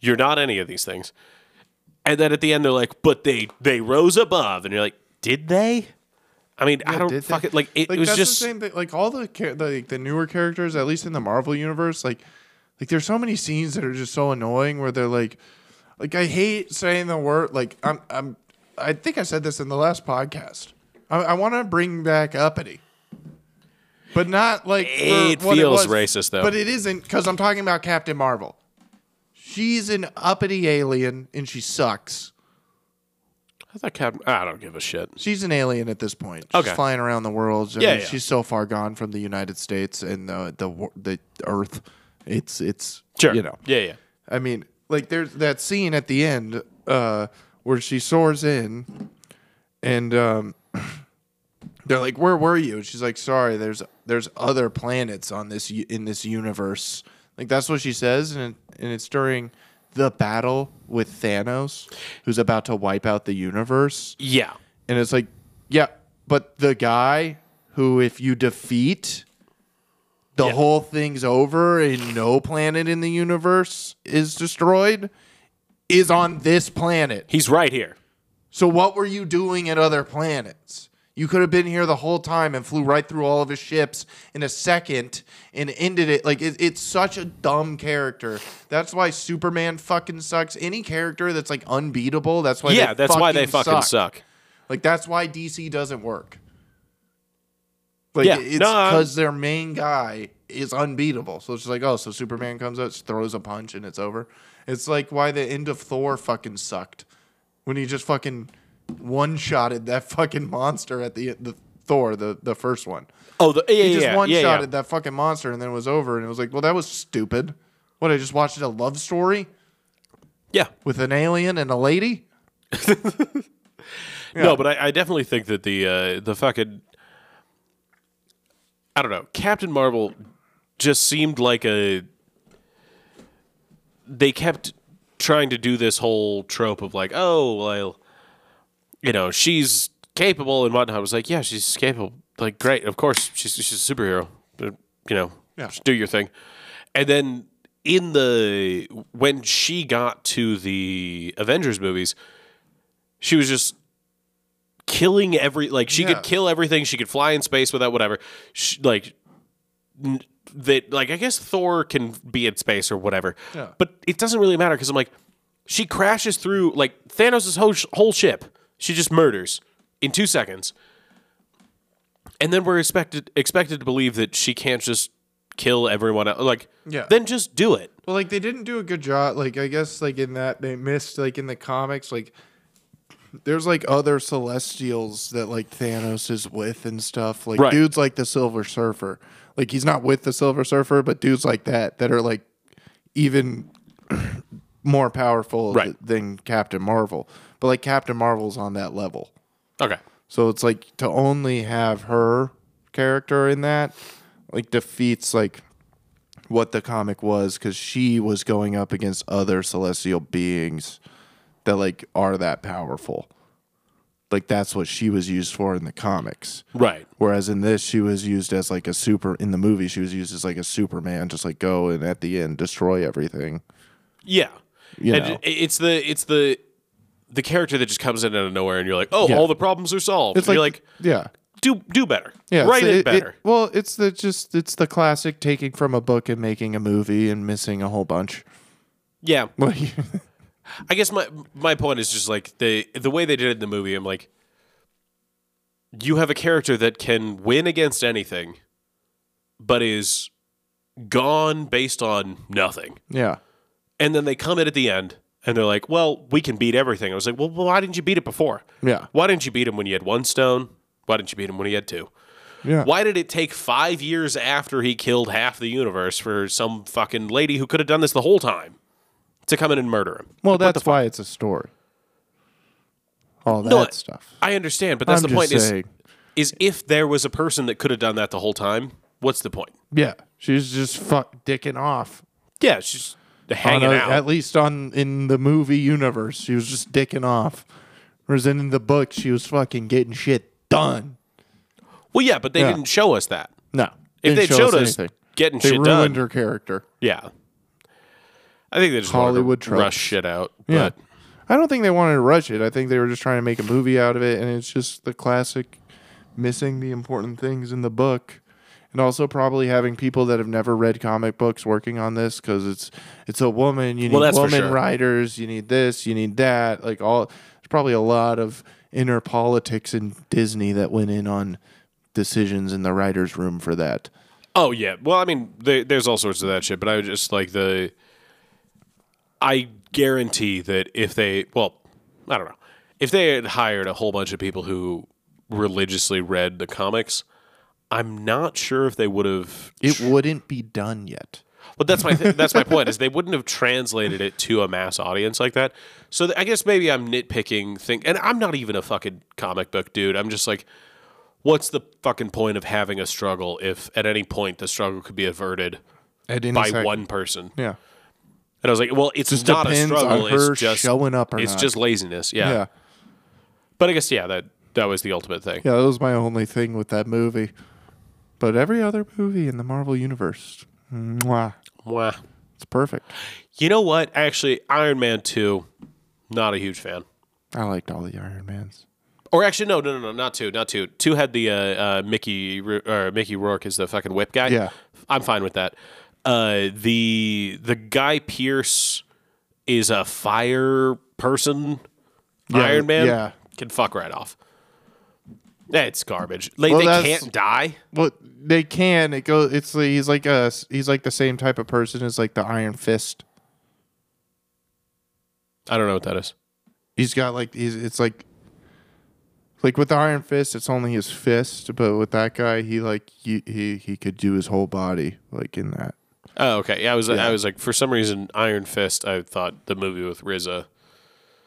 [SPEAKER 2] you're not any of these things and then at the end they're like but they they rose above and you're like did they i mean i don't
[SPEAKER 1] did they?
[SPEAKER 2] fucking like it,
[SPEAKER 1] Like
[SPEAKER 2] it was
[SPEAKER 1] that's
[SPEAKER 2] just
[SPEAKER 1] the same thing. Like all the char- the- like the newer characters, at least in the Marvel universe, like like there's so many scenes that are just so annoying where they're like, like I hate saying the word. Like I'm I'm I think I said this in the last podcast. I, I want to bring back uppity. But not like for
[SPEAKER 2] It
[SPEAKER 1] what
[SPEAKER 2] feels
[SPEAKER 1] was.
[SPEAKER 2] racist, though.
[SPEAKER 1] But it isn't because I'm talking about Captain Marvel. She's an uppity alien and she sucks.
[SPEAKER 2] I thought Captain. I don't give a shit.
[SPEAKER 1] She's an alien at this point. She's
[SPEAKER 2] Okay.
[SPEAKER 1] flying around the world. I
[SPEAKER 2] Yeah,
[SPEAKER 1] mean,
[SPEAKER 2] yeah.
[SPEAKER 1] She's so far gone from the United States and the the wor- the Earth. It's it's
[SPEAKER 2] Sure.
[SPEAKER 1] You know.
[SPEAKER 2] Yeah, yeah.
[SPEAKER 1] I mean, like there's that scene at the end uh, where she soars in, and um, they're like, "Where were you?" And she's like, "Sorry, there's there's other planets on this u- in this universe." Like that's what she says, and it, and it's during the battle with Thanos, who's about to wipe out the universe.
[SPEAKER 2] Yeah.
[SPEAKER 1] And it's like, yeah, but the guy who, if you defeat, the
[SPEAKER 2] Yeah.
[SPEAKER 1] whole thing's over and no planet in the universe is destroyed is on this planet.
[SPEAKER 2] He's right here.
[SPEAKER 1] So, what were you doing at other planets? You could have been here the whole time and flew right through all of his ships in a second and ended it. Like, it, it's such a dumb character. That's why Superman fucking sucks. Any character that's like unbeatable, that's why
[SPEAKER 2] yeah,
[SPEAKER 1] they
[SPEAKER 2] that's why they fucking suck.
[SPEAKER 1] like that's why DC doesn't work. Like
[SPEAKER 2] Yeah,
[SPEAKER 1] it's
[SPEAKER 2] no, I'm-
[SPEAKER 1] because their main guy is unbeatable. So it's just like, oh, so Superman comes out, throws a punch, and it's over. It's like why the end of Thor fucking sucked when he just fucking one shotted that fucking monster at the the Thor the the first one.
[SPEAKER 2] Oh, the, yeah,
[SPEAKER 1] He
[SPEAKER 2] yeah,
[SPEAKER 1] just
[SPEAKER 2] yeah,
[SPEAKER 1] one
[SPEAKER 2] yeah,
[SPEAKER 1] shotted
[SPEAKER 2] yeah.
[SPEAKER 1] that fucking monster and then it was over. And it was like, well, that was stupid. What I just watched a love story
[SPEAKER 2] Yeah.
[SPEAKER 1] with an alien and a lady.
[SPEAKER 2] No, but I, I definitely think that the uh, the fucking I don't know. Captain Marvel just seemed like a. They kept trying to do this whole trope of like, oh, well, you know, she's capable and whatnot. I was like, yeah, she's capable. Like, great, of course, she's she's a superhero. But, You know,
[SPEAKER 1] Yeah.
[SPEAKER 2] just do your thing. And then in the when she got to the Avengers movies, she was just killing every like she
[SPEAKER 1] Yeah.
[SPEAKER 2] could kill everything. She could fly in space without whatever. She, like n- that like I guess Thor can be in space or whatever.
[SPEAKER 1] Yeah.
[SPEAKER 2] But it doesn't really matter because I'm like, she crashes through like Thanos' whole sh- whole ship. She just murders in two seconds, and then we're expected expected to believe that she can't just kill everyone. Else. Like,
[SPEAKER 1] Yeah.
[SPEAKER 2] then just do it.
[SPEAKER 1] Well, like they didn't do a good job. Like I guess like in that they missed like in the comics like there's like other Celestials that like Thanos is with and stuff. Like
[SPEAKER 2] Right.
[SPEAKER 1] dudes like the Silver Surfer. Like he's not with the Silver Surfer, but dudes like that that are like even more powerful
[SPEAKER 2] Right.
[SPEAKER 1] than Captain Marvel. But like Captain Marvel's on that level.
[SPEAKER 2] Okay,
[SPEAKER 1] So it's like to only have her character in that like defeats like what the comic was cuz she was going up against other celestial beings that like are that powerful. Like that's what she was used for in the comics.
[SPEAKER 2] right.
[SPEAKER 1] Whereas in this she was used as like a super in the movie she was used as like a superman just like go and at the end destroy everything.
[SPEAKER 2] Yeah,
[SPEAKER 1] You
[SPEAKER 2] and
[SPEAKER 1] know.
[SPEAKER 2] it- it's the it's the the character that just comes in out of nowhere, and you're like, oh,
[SPEAKER 1] Yeah.
[SPEAKER 2] all the problems are solved.
[SPEAKER 1] It's
[SPEAKER 2] And you're like,
[SPEAKER 1] yeah.
[SPEAKER 2] do do better.
[SPEAKER 1] Yeah,
[SPEAKER 2] write
[SPEAKER 1] so
[SPEAKER 2] it, better.
[SPEAKER 1] well, it's the just it's the classic taking from a book and making a movie and missing a whole bunch.
[SPEAKER 2] yeah,
[SPEAKER 1] Like,
[SPEAKER 2] I guess my my point is just like the the way they did it in the movie. I'm like, you have a character that can win against anything, but is gone based on nothing.
[SPEAKER 1] yeah,
[SPEAKER 2] And then they come in at the end and they're like, "Well, we can beat everything." I was like, "Well, why didn't you beat it before?
[SPEAKER 1] Yeah.
[SPEAKER 2] Why didn't you beat him when you had one stone? Why didn't you beat him when he had two?
[SPEAKER 1] yeah,
[SPEAKER 2] Why did it take five years after he killed half the universe for some fucking lady who could have done this the whole time to come in and murder him?
[SPEAKER 1] Well, that's why it's a story. All that
[SPEAKER 2] No, I-
[SPEAKER 1] stuff.
[SPEAKER 2] I understand, but that's
[SPEAKER 1] I'm
[SPEAKER 2] the
[SPEAKER 1] just
[SPEAKER 2] point. Is
[SPEAKER 1] saying.
[SPEAKER 2] is if there was a person that could have done that the whole time, what's the point?
[SPEAKER 1] Yeah, she's just fuck dicking off.
[SPEAKER 2] Yeah, she's
[SPEAKER 1] On
[SPEAKER 2] hanging
[SPEAKER 1] a-
[SPEAKER 2] out.
[SPEAKER 1] At least on in the movie universe, she was just dicking off. Whereas in the book, she was fucking getting shit done.
[SPEAKER 2] well, yeah, but they
[SPEAKER 1] Yeah.
[SPEAKER 2] didn't show us that.
[SPEAKER 1] No,
[SPEAKER 2] If
[SPEAKER 1] didn't
[SPEAKER 2] they
[SPEAKER 1] show
[SPEAKER 2] showed us,
[SPEAKER 1] anything.
[SPEAKER 2] getting
[SPEAKER 1] they
[SPEAKER 2] shit
[SPEAKER 1] ruined
[SPEAKER 2] done,
[SPEAKER 1] her character.
[SPEAKER 2] yeah. I think they just wanted to
[SPEAKER 1] Hollywood tropes.
[SPEAKER 2] rush shit out.
[SPEAKER 1] Yeah.
[SPEAKER 2] But
[SPEAKER 1] I don't think they wanted to rush it. I think they were just trying to make a movie out of it, and it's just the classic missing the important things in the book, and also probably having people that have never read comic books working on this because it's it's a woman. You need
[SPEAKER 2] Well, that's for
[SPEAKER 1] woman
[SPEAKER 2] sure.
[SPEAKER 1] writers. You need this. You need that. Like all, there's probably a lot of inner politics in Disney that went in on decisions in the writers' room for that.
[SPEAKER 2] oh yeah, well, I mean, there there's all sorts of that shit. But I was just like the. I guarantee that if they, well, I don't know, if they had hired a whole bunch of people who religiously read the comics, I'm not sure if they would have
[SPEAKER 1] It wouldn't be done yet.
[SPEAKER 2] Well, that's my th- that's my point is they wouldn't have translated it to a mass audience like that. So th- I guess maybe I'm nitpicking thing, and I'm not even a fucking comic book dude. I'm just like, what's the fucking point of having a struggle if at any point the struggle could be averted
[SPEAKER 1] At any
[SPEAKER 2] by
[SPEAKER 1] sec-
[SPEAKER 2] one person?
[SPEAKER 1] Yeah.
[SPEAKER 2] And I was like, well, it's
[SPEAKER 1] Just
[SPEAKER 2] not a
[SPEAKER 1] depends
[SPEAKER 2] struggle.
[SPEAKER 1] on her
[SPEAKER 2] It's just
[SPEAKER 1] showing up or
[SPEAKER 2] It's
[SPEAKER 1] not.
[SPEAKER 2] just laziness. Yeah.
[SPEAKER 1] Yeah.
[SPEAKER 2] But I guess yeah, that that was the ultimate thing.
[SPEAKER 1] Yeah, that was my only thing with that movie. But every other movie in the Marvel universe, mwah,
[SPEAKER 2] Mwah.
[SPEAKER 1] it's perfect.
[SPEAKER 2] You know what? Actually, Iron Man two, not a huge fan.
[SPEAKER 1] I liked all the Iron Mans.
[SPEAKER 2] Or actually, no, no, no, no, not two, not two. Two had the uh, uh, Mickey Ro- or Mickey Rourke is the fucking whip guy.
[SPEAKER 1] Yeah.
[SPEAKER 2] I'm fine with that. Uh, the the guy Pierce is a fire person. Iron Man
[SPEAKER 1] yeah.
[SPEAKER 2] can fuck right off. That's garbage. Like,
[SPEAKER 1] Well,
[SPEAKER 2] they
[SPEAKER 1] that's-
[SPEAKER 2] can't die.
[SPEAKER 1] Well, they can. It goes. It's like- he's like a he's like the same type of person as like the Iron Fist.
[SPEAKER 2] I don't know what that is.
[SPEAKER 1] He's got like he's it's like like with the Iron Fist, it's only his fist. But with that guy, he like he he, he could do his whole body like in that.
[SPEAKER 2] Oh, okay. Yeah, I was
[SPEAKER 1] Yeah.
[SPEAKER 2] I was like for some reason Iron Fist. I thought the movie with RZA,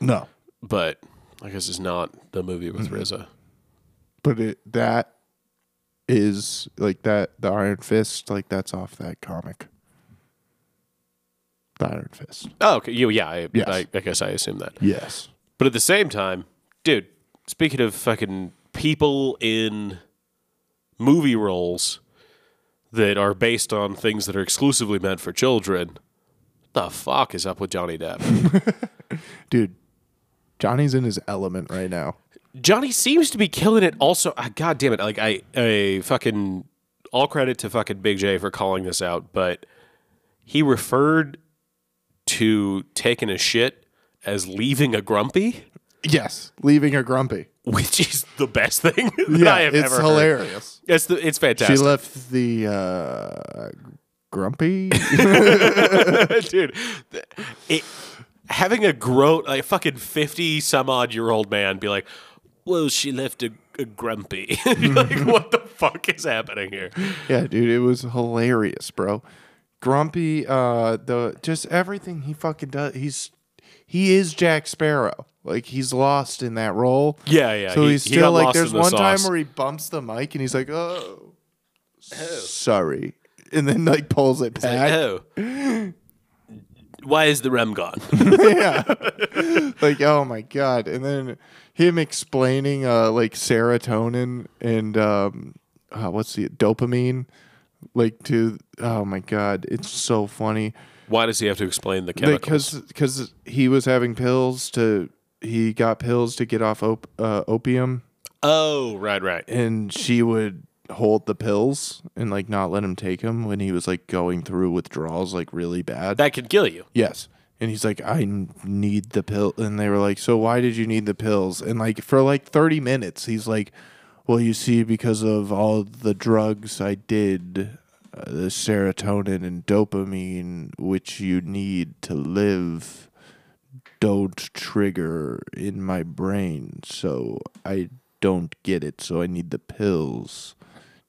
[SPEAKER 1] No,
[SPEAKER 2] but I guess it's not the movie with RZA.
[SPEAKER 1] but it that is like that the Iron Fist, like that's off that comic. The Iron Fist.
[SPEAKER 2] Oh, okay. You, yeah. I,
[SPEAKER 1] Yes.
[SPEAKER 2] I, I guess I assume that.
[SPEAKER 1] Yes.
[SPEAKER 2] But at the same time, dude, speaking of fucking people in movie roles that are based on things that are exclusively meant for children, the fuck is up with Johnny Depp?
[SPEAKER 1] Dude, Johnny's in his element right now.
[SPEAKER 2] Johnny seems to be killing it. Also, ah, god damn it, like I, I fucking all credit to fucking Big J for calling this out, but he referred to taking a shit as leaving a grumpy,
[SPEAKER 1] Yes. Leaving her grumpy.
[SPEAKER 2] which is the best thing that
[SPEAKER 1] Yeah,
[SPEAKER 2] I have
[SPEAKER 1] it's
[SPEAKER 2] ever heard.
[SPEAKER 1] hilarious.
[SPEAKER 2] It's the, it's
[SPEAKER 1] She
[SPEAKER 2] fantastic.
[SPEAKER 1] left the uh, grumpy.
[SPEAKER 2] dude. th- It, having a grown, like fucking fifty some odd year old man, be like, "Well, she left a, a grumpy." You're like, what the fuck is happening here?
[SPEAKER 1] yeah, dude, it was hilarious, bro. Grumpy, uh, the just everything he fucking does. He's he is Jack Sparrow. Like he's lost in that role.
[SPEAKER 2] Yeah, yeah,
[SPEAKER 1] So
[SPEAKER 2] he-
[SPEAKER 1] he's
[SPEAKER 2] he
[SPEAKER 1] still
[SPEAKER 2] got
[SPEAKER 1] like,
[SPEAKER 2] lost
[SPEAKER 1] there's
[SPEAKER 2] in the
[SPEAKER 1] one time
[SPEAKER 2] sauce.
[SPEAKER 1] where he bumps the mic and he's like, "Oh, sorry," and then like pulls it
[SPEAKER 2] Like,
[SPEAKER 1] back.
[SPEAKER 2] oh, why is the rem gone?
[SPEAKER 1] like oh my god and then him explaining uh like serotonin and um uh, what's the dopamine like to oh my god it's so funny
[SPEAKER 2] why does he have to explain the chemical?
[SPEAKER 1] because because he was having pills to he got pills to get off op- uh, opium
[SPEAKER 2] oh, right, right.
[SPEAKER 1] and she would hold the pills and like not let him take them when he was like going through withdrawals like really bad
[SPEAKER 2] That could kill you.
[SPEAKER 1] Yes. And he's like, I n- need the pill. And they were like, So why did you need the pills? And like for like 30 minutes, he's like, Well, you see, because of all the drugs I did, uh, the serotonin and dopamine, which you need to live, don't trigger in my brain. So I don't get it. So I need the pills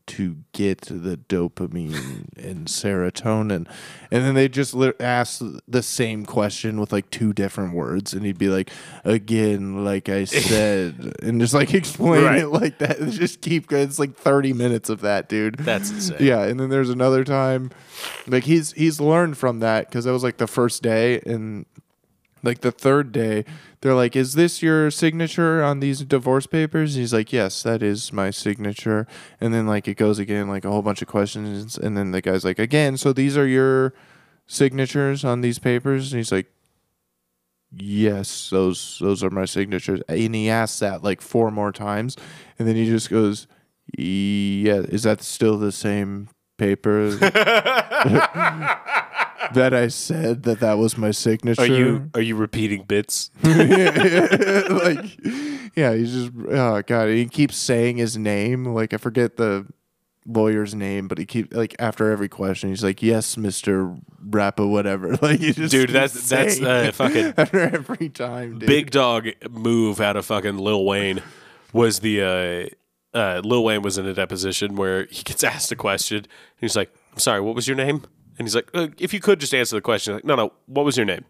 [SPEAKER 1] to get the dopamine and serotonin. And then they just li- ask the same question with like two different words. And he'd be like, again, like I said, and just like explain
[SPEAKER 2] Right.
[SPEAKER 1] it like that. It's just keep going. It's like 30 minutes of that, dude.
[SPEAKER 2] That's insane.
[SPEAKER 1] Yeah, and then there's another time, like he's he's learned from that because that was like the first day, and like the third day, they're like, "Is this your signature on these divorce papers?" He's like, "Yes, that is my signature." And then like it goes again, like a whole bunch of questions, and then the guy's like, "Again, so these are your signatures on these papers?" And he's like, "Yes, those those are my signatures." And he asks that like four more times, and then he just goes, "Yeah, is that still the same paper?" That I said that that was my signature.
[SPEAKER 2] Are you are you repeating bits?
[SPEAKER 1] like yeah he's just oh god he keeps saying his name like i forget the lawyer's name but he keep like after every question he's like yes mr rappa whatever like he just
[SPEAKER 2] Dude,
[SPEAKER 1] keeps
[SPEAKER 2] that's- that's,
[SPEAKER 1] saying
[SPEAKER 2] uh, fucking-
[SPEAKER 1] after every time dude.
[SPEAKER 2] big dog move out of fucking Lil Wayne was the uh, uh, Lil Wayne was in a deposition where he gets asked a question and he's like, "I'm sorry, what was your name?" And he's like, uh, "If you could just answer the question." He's like, no, no, what was your name?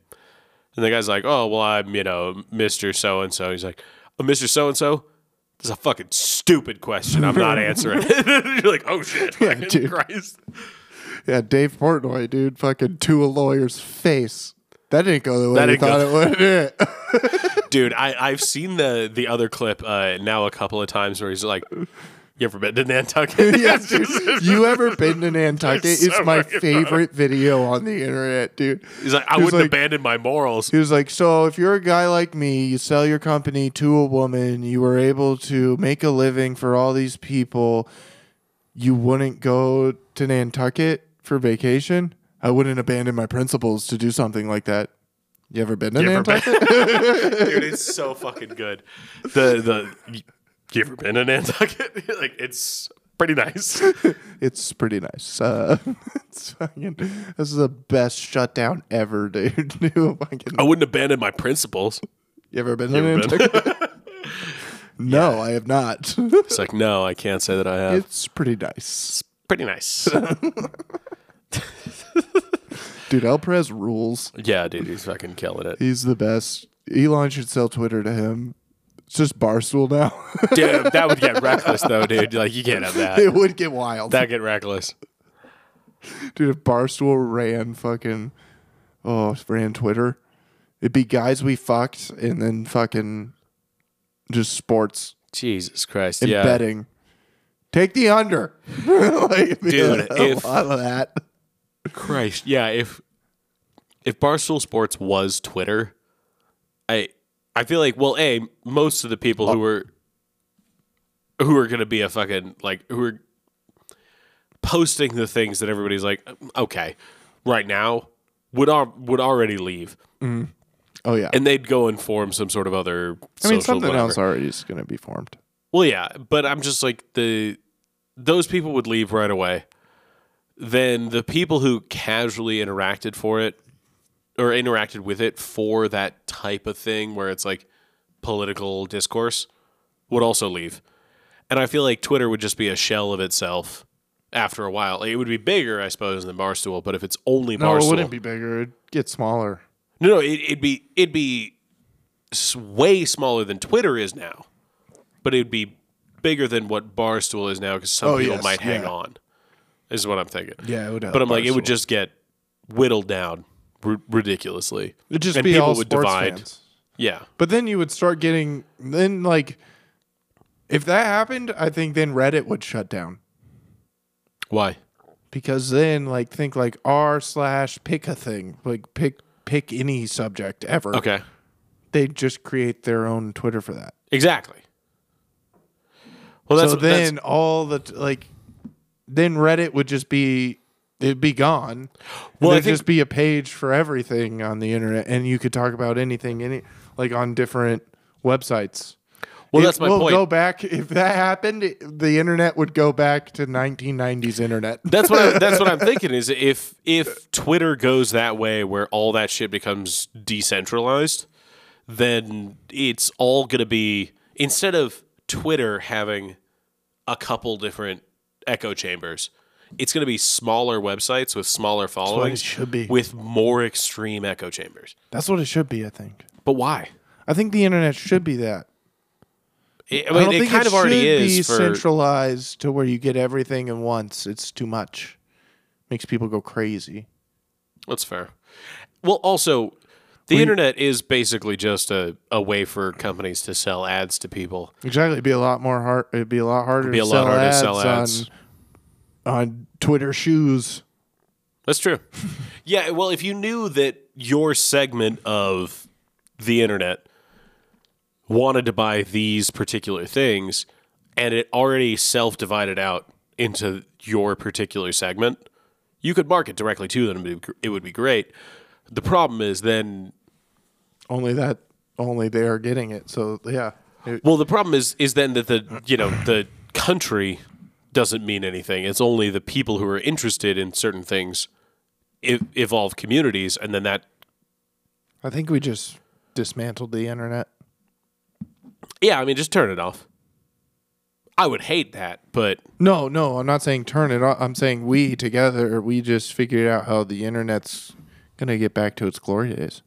[SPEAKER 2] And the guy's like, "Oh, well, I'm you know Mister So and So." He's like, oh, "Mister So and So." This is a fucking stupid question. I'm not answering. it." You're like, oh shit, fucking
[SPEAKER 1] dude.
[SPEAKER 2] Christ.
[SPEAKER 1] yeah dave portnoy dude fucking to a lawyer's face that didn't go the way
[SPEAKER 2] That
[SPEAKER 1] we
[SPEAKER 2] didn't go-
[SPEAKER 1] thought it would did it?
[SPEAKER 2] dude. I I've seen the the other clip uh, now a couple of times where he's like, "You ever been to Nantucket?"
[SPEAKER 1] yes, dude. You ever been to Nantucket? It's,
[SPEAKER 2] so
[SPEAKER 1] my
[SPEAKER 2] fucking
[SPEAKER 1] favorite video on the internet, dude.
[SPEAKER 2] He's like, I
[SPEAKER 1] He was
[SPEAKER 2] wouldn't
[SPEAKER 1] like-
[SPEAKER 2] abandon my morals.
[SPEAKER 1] He was like, "So if you're a guy like me, you sell your company to a woman, you were able to make a living for all these people, you wouldn't go to Nantucket for vacation? I wouldn't abandon my principles to do something like that." You ever been to
[SPEAKER 2] You ever been-
[SPEAKER 1] Nantucket?
[SPEAKER 2] Dude, it's so fucking good. The the you- you ever been to Nantucket? like it's pretty nice.
[SPEAKER 1] It's pretty nice. Uh, it's fucking, this is the best shutdown ever, dude. you fucking-
[SPEAKER 2] I wouldn't abandon my principles.
[SPEAKER 1] you ever been to
[SPEAKER 2] Oh. ever been?
[SPEAKER 1] Nantucket? no, I have not.
[SPEAKER 2] It's like no, I can't say that I have.
[SPEAKER 1] it's pretty nice.
[SPEAKER 2] It's pretty nice.
[SPEAKER 1] Dude, El Perez rules.
[SPEAKER 2] yeah, dude, he's fucking killing it.
[SPEAKER 1] He's the best. Elon should sell Twitter to him It's just barstool now.
[SPEAKER 2] Dude, that would get reckless though, dude. Like you can't have that.
[SPEAKER 1] it would get wild.
[SPEAKER 2] That get reckless.
[SPEAKER 1] Dude, if Barstool ran fucking, oh, ran Twitter, it'd be guys we fucked and then fucking just sports
[SPEAKER 2] Jesus Christ.
[SPEAKER 1] and
[SPEAKER 2] yeah.
[SPEAKER 1] betting. Take the under. like,
[SPEAKER 2] Dude,
[SPEAKER 1] a
[SPEAKER 2] if-
[SPEAKER 1] lot of that.
[SPEAKER 2] Christ. Yeah, if if Barstool Sports was Twitter, I I feel like well, A, most of the people who were who are gonna be a fucking like who are posting the things that everybody's like, okay, right now would al- would already leave.
[SPEAKER 1] Oh, yeah.
[SPEAKER 2] And they'd go and form some sort of
[SPEAKER 1] I
[SPEAKER 2] other
[SPEAKER 1] mean,
[SPEAKER 2] social
[SPEAKER 1] something
[SPEAKER 2] whatever.
[SPEAKER 1] else already is going to be formed.
[SPEAKER 2] Well, yeah, but I'm just like the those people would leave right away. Then the people who casually interacted for it or interacted with it for that type of thing where it's like political discourse would also leave. And I feel like Twitter would just be a shell of itself after a while. Like, it would be bigger, I suppose, than Barstool, but if it's only
[SPEAKER 1] No,
[SPEAKER 2] Barstool.
[SPEAKER 1] it wouldn't be bigger. It'd get smaller.
[SPEAKER 2] No, no, it, it'd be it'd be s- way smaller than Twitter is now, but it'd be bigger than what Barstool is now because some
[SPEAKER 1] Oh,
[SPEAKER 2] people
[SPEAKER 1] yes,
[SPEAKER 2] might hang
[SPEAKER 1] yeah.
[SPEAKER 2] on. Is what I'm thinking.
[SPEAKER 1] Yeah, it would help
[SPEAKER 2] But I'm like, it would
[SPEAKER 1] Barstool.
[SPEAKER 2] just get whittled down r- ridiculously.
[SPEAKER 1] It'd just
[SPEAKER 2] And
[SPEAKER 1] be
[SPEAKER 2] people
[SPEAKER 1] all
[SPEAKER 2] would
[SPEAKER 1] sports
[SPEAKER 2] divide.
[SPEAKER 1] fans.
[SPEAKER 2] Yeah,
[SPEAKER 1] But then you would start getting, then like, if that happened, I think then Reddit would shut down.
[SPEAKER 2] why?
[SPEAKER 1] because then like think like r slash pick a thing like pick pick any subject ever
[SPEAKER 2] Okay,
[SPEAKER 1] they just create their own twitter for that
[SPEAKER 2] exactly. Well, that's
[SPEAKER 1] so
[SPEAKER 2] what- that's-
[SPEAKER 1] then all the t- like then reddit would just be it'd be gone
[SPEAKER 2] Well,
[SPEAKER 1] well
[SPEAKER 2] I
[SPEAKER 1] it'd
[SPEAKER 2] think-
[SPEAKER 1] just be a page for everything on the internet and you could talk about anything any like on different websites
[SPEAKER 2] well,
[SPEAKER 1] It
[SPEAKER 2] that's my
[SPEAKER 1] will
[SPEAKER 2] point.
[SPEAKER 1] Go back if that happened. it- The internet would go back to 1990s internet.
[SPEAKER 2] That's what I, that's what I'm thinking is if if Twitter goes that way where all that shit becomes decentralized, then it's all going to be instead of Twitter having a couple different echo chambers, it's going to be smaller websites with smaller followings
[SPEAKER 1] should be.
[SPEAKER 2] with more extreme echo chambers.
[SPEAKER 1] That's what it should be. I think.
[SPEAKER 2] But why?
[SPEAKER 1] I think the internet should be that.
[SPEAKER 2] It, I
[SPEAKER 1] I
[SPEAKER 2] mean,
[SPEAKER 1] don't
[SPEAKER 2] it
[SPEAKER 1] think
[SPEAKER 2] kind
[SPEAKER 1] it
[SPEAKER 2] of already
[SPEAKER 1] should
[SPEAKER 2] is
[SPEAKER 1] be
[SPEAKER 2] for
[SPEAKER 1] centralized to where you get everything in once. It's too much. Makes people go crazy.
[SPEAKER 2] That's fair. Well, also, the internet is basically just a, a way for companies to sell ads to people.
[SPEAKER 1] Exactly. It'd be a lot more hard. It'd be a lot harder.
[SPEAKER 2] be
[SPEAKER 1] to
[SPEAKER 2] a lot
[SPEAKER 1] sell
[SPEAKER 2] harder to
[SPEAKER 1] ads
[SPEAKER 2] sell ads.
[SPEAKER 1] on on Twitter shoes.
[SPEAKER 2] That's true. yeah, well, if you knew that your segment of the internet wanted to buy these particular things and it already self divided out into your particular segment, you could market directly to them. It would be- It would be great. The problem is then
[SPEAKER 1] Only that. Only they are getting it. So yeah. It-
[SPEAKER 2] Well, the problem is is then that the you know the country doesn't mean anything. It's only the people who are interested in certain things ev- evolve communities, and then that
[SPEAKER 1] I think we just dismantled the internet.
[SPEAKER 2] yeah, I mean, just turn it off. I would hate that, but
[SPEAKER 1] No, no, I'm not saying turn it off. I'm saying we together. We just figured out how the internet's gonna get back to its glory days.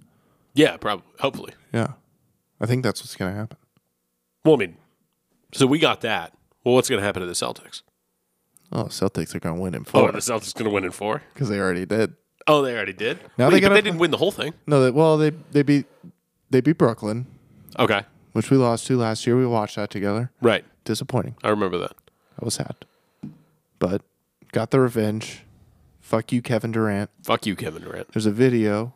[SPEAKER 2] yeah, probably, hopefully.
[SPEAKER 1] Yeah, I think that's what's gonna happen.
[SPEAKER 2] Well, I mean, so we got that. Well, what's going to happen to the Celtics?
[SPEAKER 1] Oh, Celtics are going to win in
[SPEAKER 2] Oh,
[SPEAKER 1] four
[SPEAKER 2] are the Celtics going to win in four?
[SPEAKER 1] because they already did.
[SPEAKER 2] Oh, they already did.
[SPEAKER 1] Now
[SPEAKER 2] Wait,
[SPEAKER 1] they
[SPEAKER 2] but
[SPEAKER 1] gotta
[SPEAKER 2] they
[SPEAKER 1] pl-
[SPEAKER 2] didn't win the whole thing.
[SPEAKER 1] No, they, well they they beat they beat Brooklyn,
[SPEAKER 2] Okay,
[SPEAKER 1] which we lost to last year. We watched that together.
[SPEAKER 2] right.
[SPEAKER 1] Disappointing.
[SPEAKER 2] I remember that.
[SPEAKER 1] I was sad, but got the revenge. Fuck you, Kevin Durant.
[SPEAKER 2] Fuck you, Kevin Durant.
[SPEAKER 1] There's a video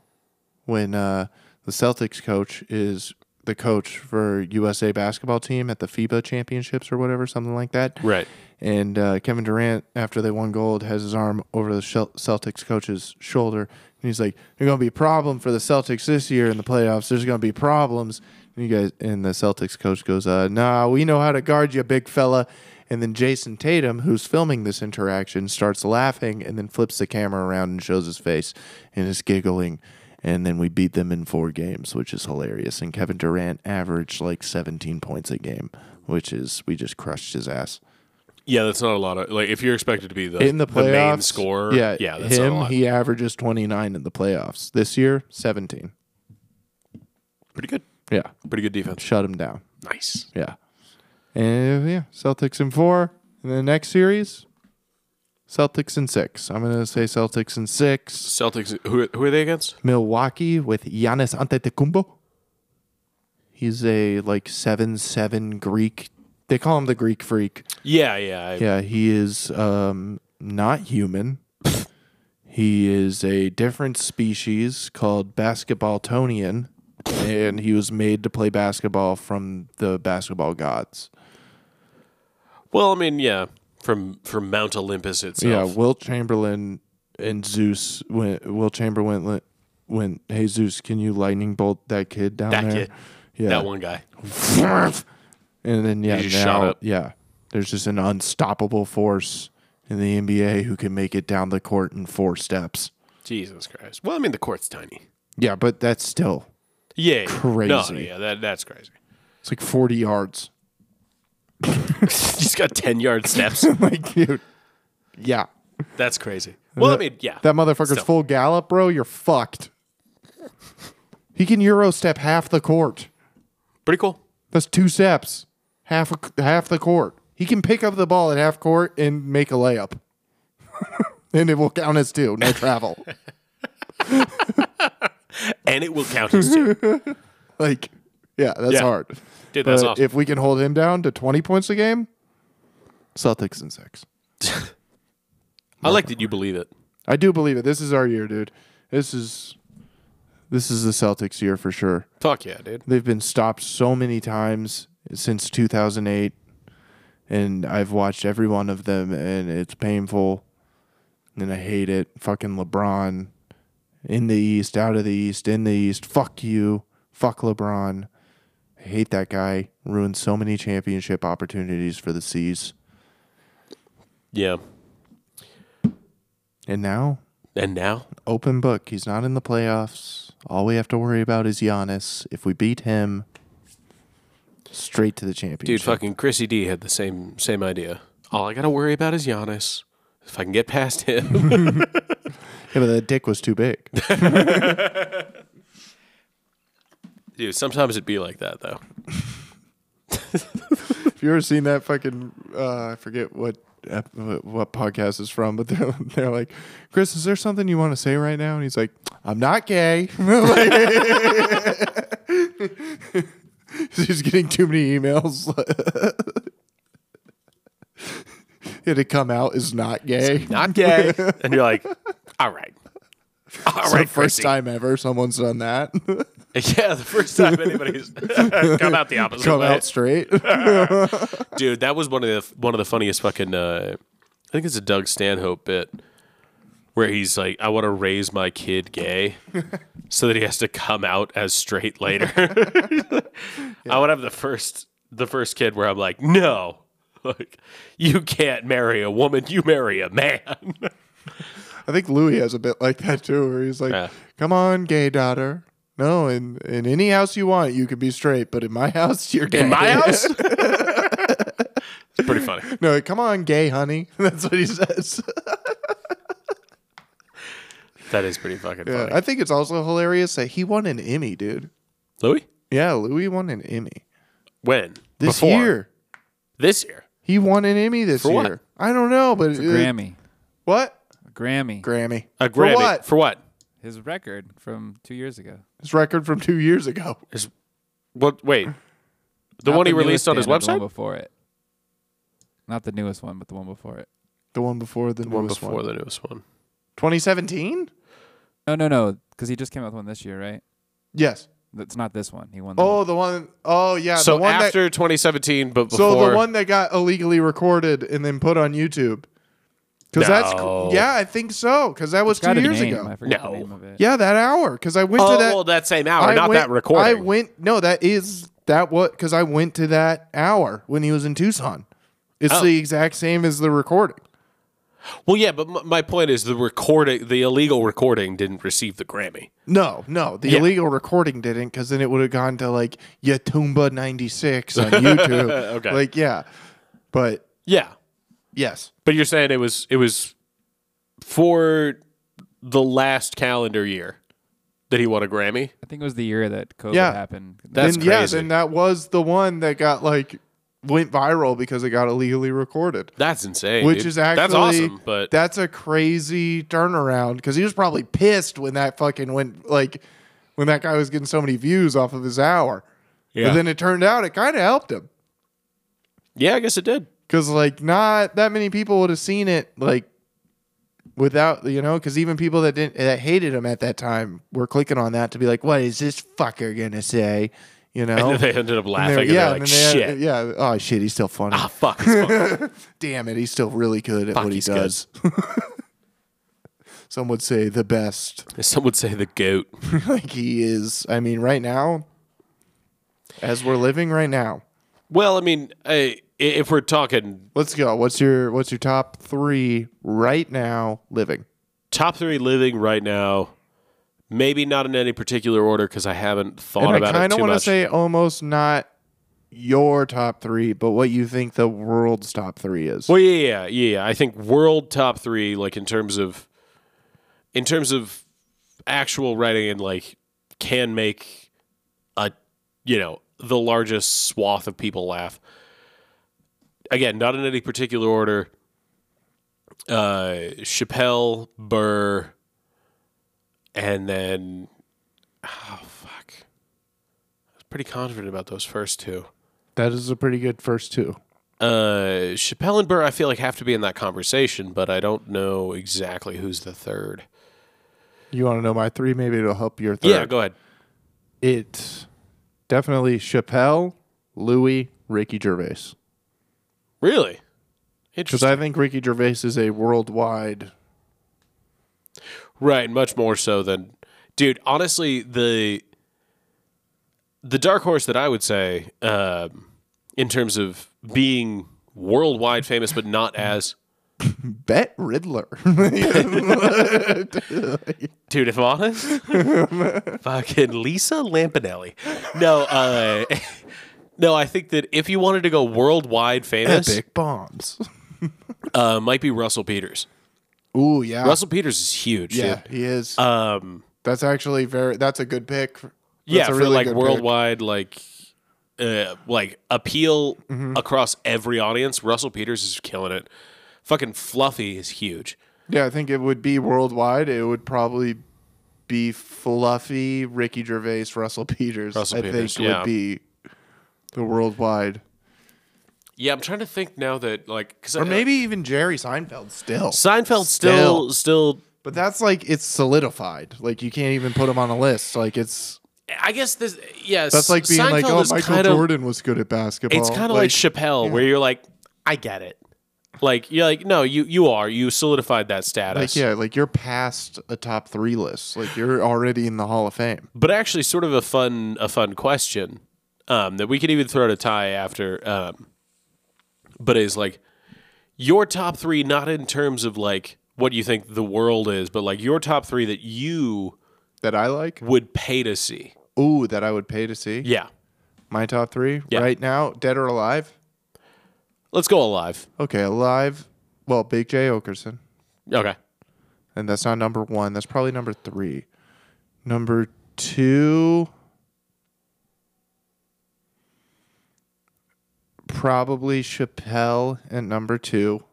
[SPEAKER 1] when uh, the Celtics coach is the coach for USA basketball team at the FIBA championships or whatever, something like that.
[SPEAKER 2] Right.
[SPEAKER 1] And uh, Kevin Durant, after they won gold, has his arm over the Shel- Celtics coach's shoulder. And he's like, There's going to be a problem for the Celtics this year in the playoffs. There's going to be problems. And you guys, and the Celtics coach goes, uh, Nah, we know how to guard you, big fella. And then Jason Tatum, who's filming this interaction, starts laughing and then flips the camera around and shows his face and is giggling. And then we beat them in four games, which is hilarious. And Kevin Durant averaged like 17 points a game, which is, we just crushed his ass
[SPEAKER 2] Yeah, that's not a lot of like if you're expected to be the
[SPEAKER 1] in the playoffs.
[SPEAKER 2] main scorer.
[SPEAKER 1] yeah,
[SPEAKER 2] yeah, that's not a
[SPEAKER 1] him.
[SPEAKER 2] lot.
[SPEAKER 1] He averages twenty nine in the playoffs this year, seventeen.
[SPEAKER 2] Pretty good.
[SPEAKER 1] Yeah.
[SPEAKER 2] Pretty good defense.
[SPEAKER 1] Shut him down.
[SPEAKER 2] Nice.
[SPEAKER 1] Yeah. And yeah, Celtics in four. And the next series, Celtics in six. I'm gonna say Celtics in six.
[SPEAKER 2] Celtics. Who, who are they against?
[SPEAKER 1] Milwaukee with Giannis Antetokounmpo. He's a like seven seven Greek. They call him the Greek freak.
[SPEAKER 2] Yeah, yeah. I-
[SPEAKER 1] Yeah, he is um, not human. he is a different species called basketballtonian, and he was made to play basketball from the basketball gods.
[SPEAKER 2] Well, I mean, yeah. From from Mount Olympus itself.
[SPEAKER 1] Yeah, Will Chamberlain and Zeus went. Will Chamberlain went, went. Hey Zeus, can you lightning bolt that kid down
[SPEAKER 2] That
[SPEAKER 1] there?
[SPEAKER 2] kid.
[SPEAKER 1] Yeah,
[SPEAKER 2] That one guy.
[SPEAKER 1] And then yeah,
[SPEAKER 2] just
[SPEAKER 1] now,
[SPEAKER 2] shot up.
[SPEAKER 1] yeah, there's just an unstoppable force in the NBA who can make it down the court in four steps.
[SPEAKER 2] Jesus Christ. Well, I mean, the court's tiny.
[SPEAKER 1] Yeah, but that's still
[SPEAKER 2] Yeah. yeah. No,
[SPEAKER 1] Crazy.
[SPEAKER 2] yeah, that, that's crazy.
[SPEAKER 1] it's like 40 yards.
[SPEAKER 2] He's got 10 yard steps.
[SPEAKER 1] like, dude, yeah,
[SPEAKER 2] That's crazy. Well, I mean, yeah.
[SPEAKER 1] that motherfucker's
[SPEAKER 2] Still.
[SPEAKER 1] full gallop, bro. You're fucked. He can euro step half the court.
[SPEAKER 2] Pretty cool.
[SPEAKER 1] That's two steps, half a, half the court. He can pick up the ball at half court and make a layup, and it will count as two. No travel.
[SPEAKER 2] And it will count as two.
[SPEAKER 1] like, yeah, that's
[SPEAKER 2] Yeah.
[SPEAKER 1] hard.
[SPEAKER 2] Dude, that's
[SPEAKER 1] But
[SPEAKER 2] awesome.
[SPEAKER 1] If we can hold him down to twenty points a game, Celtics in six.
[SPEAKER 2] I like that you believe it.
[SPEAKER 1] I do believe it. This is our year, dude. This is this is the Celtics year for sure.
[SPEAKER 2] Fuck yeah, dude.
[SPEAKER 1] They've been stopped so many times since 2008 and I've watched every one of them and it's painful and I hate it. Fucking LeBron in the east, out of the east, in the east. Fuck you. Fuck LeBron. I hate that guy. Ruined so many championship opportunities for the C's.
[SPEAKER 2] Yeah.
[SPEAKER 1] And now
[SPEAKER 2] And now?
[SPEAKER 1] open book. He's not in the playoffs. All we have to worry about is Giannis. If we beat him, straight to the
[SPEAKER 2] Dude,
[SPEAKER 1] championship.
[SPEAKER 2] fucking Chrissy D had the same same idea. All I gotta worry about is Giannis. If I can get past him.
[SPEAKER 1] Yeah, but that dick was too big.
[SPEAKER 2] Dude, sometimes it'd be like that though.
[SPEAKER 1] Have you ever seen that fucking? Uh, I forget what ep- what podcast is from, but they're they're like, Chris, is there something you want to say right now? And he's like, I'm not gay. Like- he's getting too many emails. He had to come out is not gay.
[SPEAKER 2] Not gay. and you're like, all right. all right,
[SPEAKER 1] It's the first
[SPEAKER 2] Chrissy.
[SPEAKER 1] time ever someone's done that.
[SPEAKER 2] Yeah, the first time anybody's come out the opposite
[SPEAKER 1] come
[SPEAKER 2] way.
[SPEAKER 1] out straight.
[SPEAKER 2] dude. That was one of the one of the funniest fucking. Uh, I think it's a Doug Stanhope bit where he's like, "I want to raise my kid gay, so that he has to come out as straight later." I would have the first the first kid where I'm like, "No, like you can't marry a woman. You marry a man."
[SPEAKER 1] I think Louis has a bit like that too, where he's like,
[SPEAKER 2] Yeah.
[SPEAKER 1] "Come on, gay daughter. No, in in any house you want, you could be straight, but in my house, you're gay.
[SPEAKER 2] In my house, it's pretty funny.
[SPEAKER 1] no, come on, gay honey. That's what he says.
[SPEAKER 2] That is pretty fucking
[SPEAKER 1] Yeah,
[SPEAKER 2] funny.
[SPEAKER 1] I think it's also hilarious that he won an Emmy, dude.
[SPEAKER 2] Louis,
[SPEAKER 1] Yeah, Louis won an Emmy
[SPEAKER 2] when
[SPEAKER 1] this
[SPEAKER 2] Before.
[SPEAKER 1] year.
[SPEAKER 2] This year.
[SPEAKER 1] He won an Emmy this
[SPEAKER 2] For
[SPEAKER 1] year.
[SPEAKER 2] what?
[SPEAKER 1] I don't know, but it-
[SPEAKER 3] Grammy.
[SPEAKER 1] What
[SPEAKER 3] A Grammy.
[SPEAKER 1] Grammy?
[SPEAKER 2] A Grammy.
[SPEAKER 1] For what?
[SPEAKER 2] For what?
[SPEAKER 3] His record from two years ago.
[SPEAKER 1] His record from two years ago.
[SPEAKER 2] What? Wait, the
[SPEAKER 3] Not
[SPEAKER 2] one he
[SPEAKER 3] newest
[SPEAKER 2] released on his
[SPEAKER 3] standard, The
[SPEAKER 2] website.
[SPEAKER 3] one before it. Not the newest one, but the one before it.
[SPEAKER 1] The one before the,
[SPEAKER 2] The one
[SPEAKER 1] newest
[SPEAKER 2] before
[SPEAKER 1] one.
[SPEAKER 2] the newest one.
[SPEAKER 1] 2017.
[SPEAKER 3] No, no, no. Because he just came out with one this year, right?
[SPEAKER 1] Yes.
[SPEAKER 3] That's not this one. He won. the
[SPEAKER 1] Oh, the one oh yeah.
[SPEAKER 2] Mm-hmm. So
[SPEAKER 1] the one that,
[SPEAKER 2] after 2017, but before.
[SPEAKER 1] So the one that got illegally recorded and then put on YouTube. Because
[SPEAKER 2] No.
[SPEAKER 1] that's yeah, I think so. Because that was
[SPEAKER 3] It's got
[SPEAKER 1] two
[SPEAKER 3] a
[SPEAKER 1] years
[SPEAKER 3] name.
[SPEAKER 1] ago.
[SPEAKER 3] I forgot
[SPEAKER 2] No.
[SPEAKER 3] the name of it.
[SPEAKER 1] Yeah, that hour. Because I went
[SPEAKER 2] oh,
[SPEAKER 1] to that.
[SPEAKER 2] well, that same hour,
[SPEAKER 1] I
[SPEAKER 2] not
[SPEAKER 1] went-
[SPEAKER 2] that recording.
[SPEAKER 1] I went. No, that is that what? Because I went to that hour when he was in Tucson. It's
[SPEAKER 2] Oh.
[SPEAKER 1] the exact same as the recording.
[SPEAKER 2] well, yeah, but m- my point is the recording, the illegal recording, didn't receive the Grammy.
[SPEAKER 1] No, no, the
[SPEAKER 2] Yeah.
[SPEAKER 1] illegal recording didn't. Because then it would have gone to like Yatumba ninety six on YouTube.
[SPEAKER 2] Okay.
[SPEAKER 1] Like yeah, but
[SPEAKER 2] Yeah,
[SPEAKER 1] yes,
[SPEAKER 2] but you're saying it was it was for the last calendar year. Did he won a Grammy?
[SPEAKER 3] I think it was the year that COVID
[SPEAKER 1] Yeah.
[SPEAKER 3] happened.
[SPEAKER 2] That's
[SPEAKER 1] then, yeah,
[SPEAKER 2] crazy.
[SPEAKER 1] then that was the one that got like went viral because it got illegally recorded.
[SPEAKER 2] That's insane.
[SPEAKER 1] Which
[SPEAKER 2] dude.
[SPEAKER 1] is actually
[SPEAKER 2] that's awesome, but
[SPEAKER 1] that's a crazy turnaround because he was probably pissed when that fucking went like when that guy was getting so many views off of his hour.
[SPEAKER 2] Yeah.
[SPEAKER 1] But then it turned out it kind of helped him
[SPEAKER 2] yeah, I guess it did.
[SPEAKER 1] because like not that many people would have seen it like without you know because even people that didn't that hated him at that time were clicking on that to be like what is this fucker gonna say you know
[SPEAKER 2] And then they ended up
[SPEAKER 1] And
[SPEAKER 2] laughing.
[SPEAKER 1] they-
[SPEAKER 2] and they're like,
[SPEAKER 1] and then they
[SPEAKER 2] shit.
[SPEAKER 1] had- yeah oh shit he's still funny
[SPEAKER 2] Ah, fuck. it's fun.
[SPEAKER 1] damn it he's still really good at
[SPEAKER 2] Fuck,
[SPEAKER 1] what he
[SPEAKER 2] he's
[SPEAKER 1] does some would say the best
[SPEAKER 2] good. Some would say the goat.
[SPEAKER 1] like he is i mean right now as we're living right now
[SPEAKER 2] Well, I mean, I, if we're talking
[SPEAKER 1] let's go what's your what's your top three right now living
[SPEAKER 2] top three living right now, maybe not in any particular order because I haven't thought
[SPEAKER 1] and i
[SPEAKER 2] about it
[SPEAKER 1] kind of
[SPEAKER 2] too
[SPEAKER 1] want to
[SPEAKER 2] much.
[SPEAKER 1] say almost not your top three but what you think the world's top three is
[SPEAKER 2] well, yeah, yeah, yeah. I think world top three, like in terms of, in terms of actual writing and like can make a, you know, the largest swath of people laugh. Again, not in any particular order. Uh, Chappelle, Burr, and then oh fuck, I was pretty confident about those first two.
[SPEAKER 1] that is a pretty good first two
[SPEAKER 2] Uh, Chappelle and Burr, I feel like have to be in that conversation, but I don't know exactly who's the third.
[SPEAKER 1] you want to know my three maybe it'll help your third
[SPEAKER 2] Yeah, go ahead.
[SPEAKER 1] it's definitely chappelle louis ricky gervais
[SPEAKER 2] Really?
[SPEAKER 1] because
[SPEAKER 2] Interesting.
[SPEAKER 1] i think ricky gervais is a worldwide
[SPEAKER 2] right, much more so than, dude. Honestly, the the dark horse that I would say, um, in terms of being worldwide famous, but not as
[SPEAKER 1] bet riddler
[SPEAKER 2] Dude, if I'm honest, fucking Lisa Lampanelli. No, uh, no, I think that if you wanted to go worldwide famous,
[SPEAKER 1] epic bombs.
[SPEAKER 2] uh, might be Russell Peters.
[SPEAKER 1] Ooh, yeah.
[SPEAKER 2] Russell Peters is huge.
[SPEAKER 1] Ah. yeah,
[SPEAKER 2] dude.
[SPEAKER 1] he is.
[SPEAKER 2] Um,
[SPEAKER 1] that's actually very that's a good pick. That's
[SPEAKER 2] yeah,
[SPEAKER 1] a
[SPEAKER 2] for
[SPEAKER 1] really
[SPEAKER 2] like
[SPEAKER 1] good
[SPEAKER 2] worldwide, like, uh, like appeal
[SPEAKER 1] Mm-hmm.
[SPEAKER 2] across every audience. Russell Peters is killing it. Fucking Fluffy is
[SPEAKER 1] pick.
[SPEAKER 2] huge.
[SPEAKER 1] Yeah, I think it would be worldwide. It would probably be Fluffy, Ricky Gervais, Russell Peters.
[SPEAKER 2] Russell
[SPEAKER 1] I
[SPEAKER 2] Peters,
[SPEAKER 1] think
[SPEAKER 2] yeah.
[SPEAKER 1] would be the worldwide.
[SPEAKER 2] Yeah, I'm trying to think now that like, cause uh,
[SPEAKER 1] Or maybe even Jerry Seinfeld still.
[SPEAKER 2] Seinfeld still, still
[SPEAKER 1] But that's like it's solidified. Like you can't even put him on a list. Like it's
[SPEAKER 2] I guess this, yes.
[SPEAKER 1] that's like being like,
[SPEAKER 2] Seinfeld
[SPEAKER 1] oh,
[SPEAKER 2] is
[SPEAKER 1] Michael
[SPEAKER 2] kinda-
[SPEAKER 1] Jordan was good at basketball.
[SPEAKER 2] It's kind of like, Chappelle, where you're like, I get it. Like you're like, no, you you are you solidified that
[SPEAKER 1] like
[SPEAKER 2] status.
[SPEAKER 1] yeah, like you're past a top three list. Like you're already in the Hall of Fame.
[SPEAKER 2] But actually, sort of a fun a fun question um, that we could even throw to Ty after. Um, but is like your top three, not in terms of like what you think the world is, but like your top three that you
[SPEAKER 1] that I like.
[SPEAKER 2] would pay to see.
[SPEAKER 1] Ooh, that I would pay to see.
[SPEAKER 2] Yeah,
[SPEAKER 1] My top three
[SPEAKER 2] Yeah.
[SPEAKER 1] right now, dead or alive.
[SPEAKER 2] let's go alive.
[SPEAKER 1] Okay, alive. Well, Big J Okerson,
[SPEAKER 2] Okay,
[SPEAKER 1] and that's not number one. That's probably number three. Number two, probably Chappelle at number two.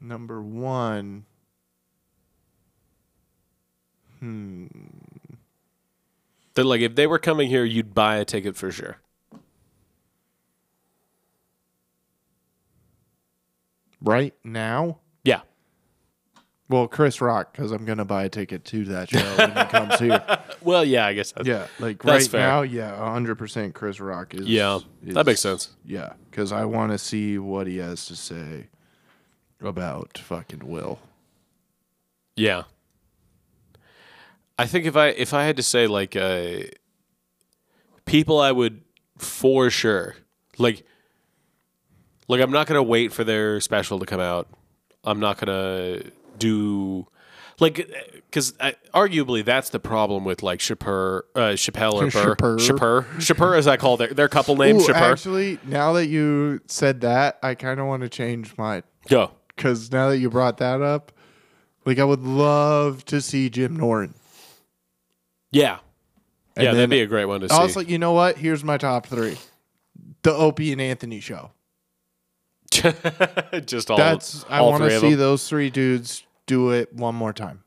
[SPEAKER 1] Number one.
[SPEAKER 2] they're like if they were coming here, you'd buy a ticket for sure.
[SPEAKER 1] Right now,
[SPEAKER 2] Yeah.
[SPEAKER 1] Well, Chris Rock, because I'm gonna buy a ticket to that show when he comes here.
[SPEAKER 2] Well, yeah, I guess. That's,
[SPEAKER 1] Yeah, like
[SPEAKER 2] That's
[SPEAKER 1] right
[SPEAKER 2] fair.
[SPEAKER 1] now, yeah, 100 percent Chris Rock is.
[SPEAKER 2] Yeah, that
[SPEAKER 1] is-
[SPEAKER 2] makes sense.
[SPEAKER 1] Yeah, because I want to see what he has to say about fucking Will.
[SPEAKER 2] Yeah. I think if I if I had to say like uh, people I would for sure like like I'm not gonna wait for their special to come out. I'm not gonna do like because arguably that's the problem with like Chappelle, uh, Chappelle or Burr.
[SPEAKER 1] Chappelle.
[SPEAKER 2] Chappelle, Chappelle, as I call their their couple name,
[SPEAKER 1] Ooh,
[SPEAKER 2] Chappelle.
[SPEAKER 1] actually, now that you said that, I kind of want to change mine
[SPEAKER 2] Go.
[SPEAKER 1] because now that you brought that up, Like I would love to see Jim Norton.
[SPEAKER 2] Yeah. yeah,
[SPEAKER 1] then
[SPEAKER 2] that'd be a great one to see.
[SPEAKER 1] I was like, you know what? Here's my top three: the Opie and Anthony show.
[SPEAKER 2] just all,
[SPEAKER 1] That's I
[SPEAKER 2] all
[SPEAKER 1] want
[SPEAKER 2] three
[SPEAKER 1] to
[SPEAKER 2] of
[SPEAKER 1] see
[SPEAKER 2] them.
[SPEAKER 1] those three dudes do it one more time.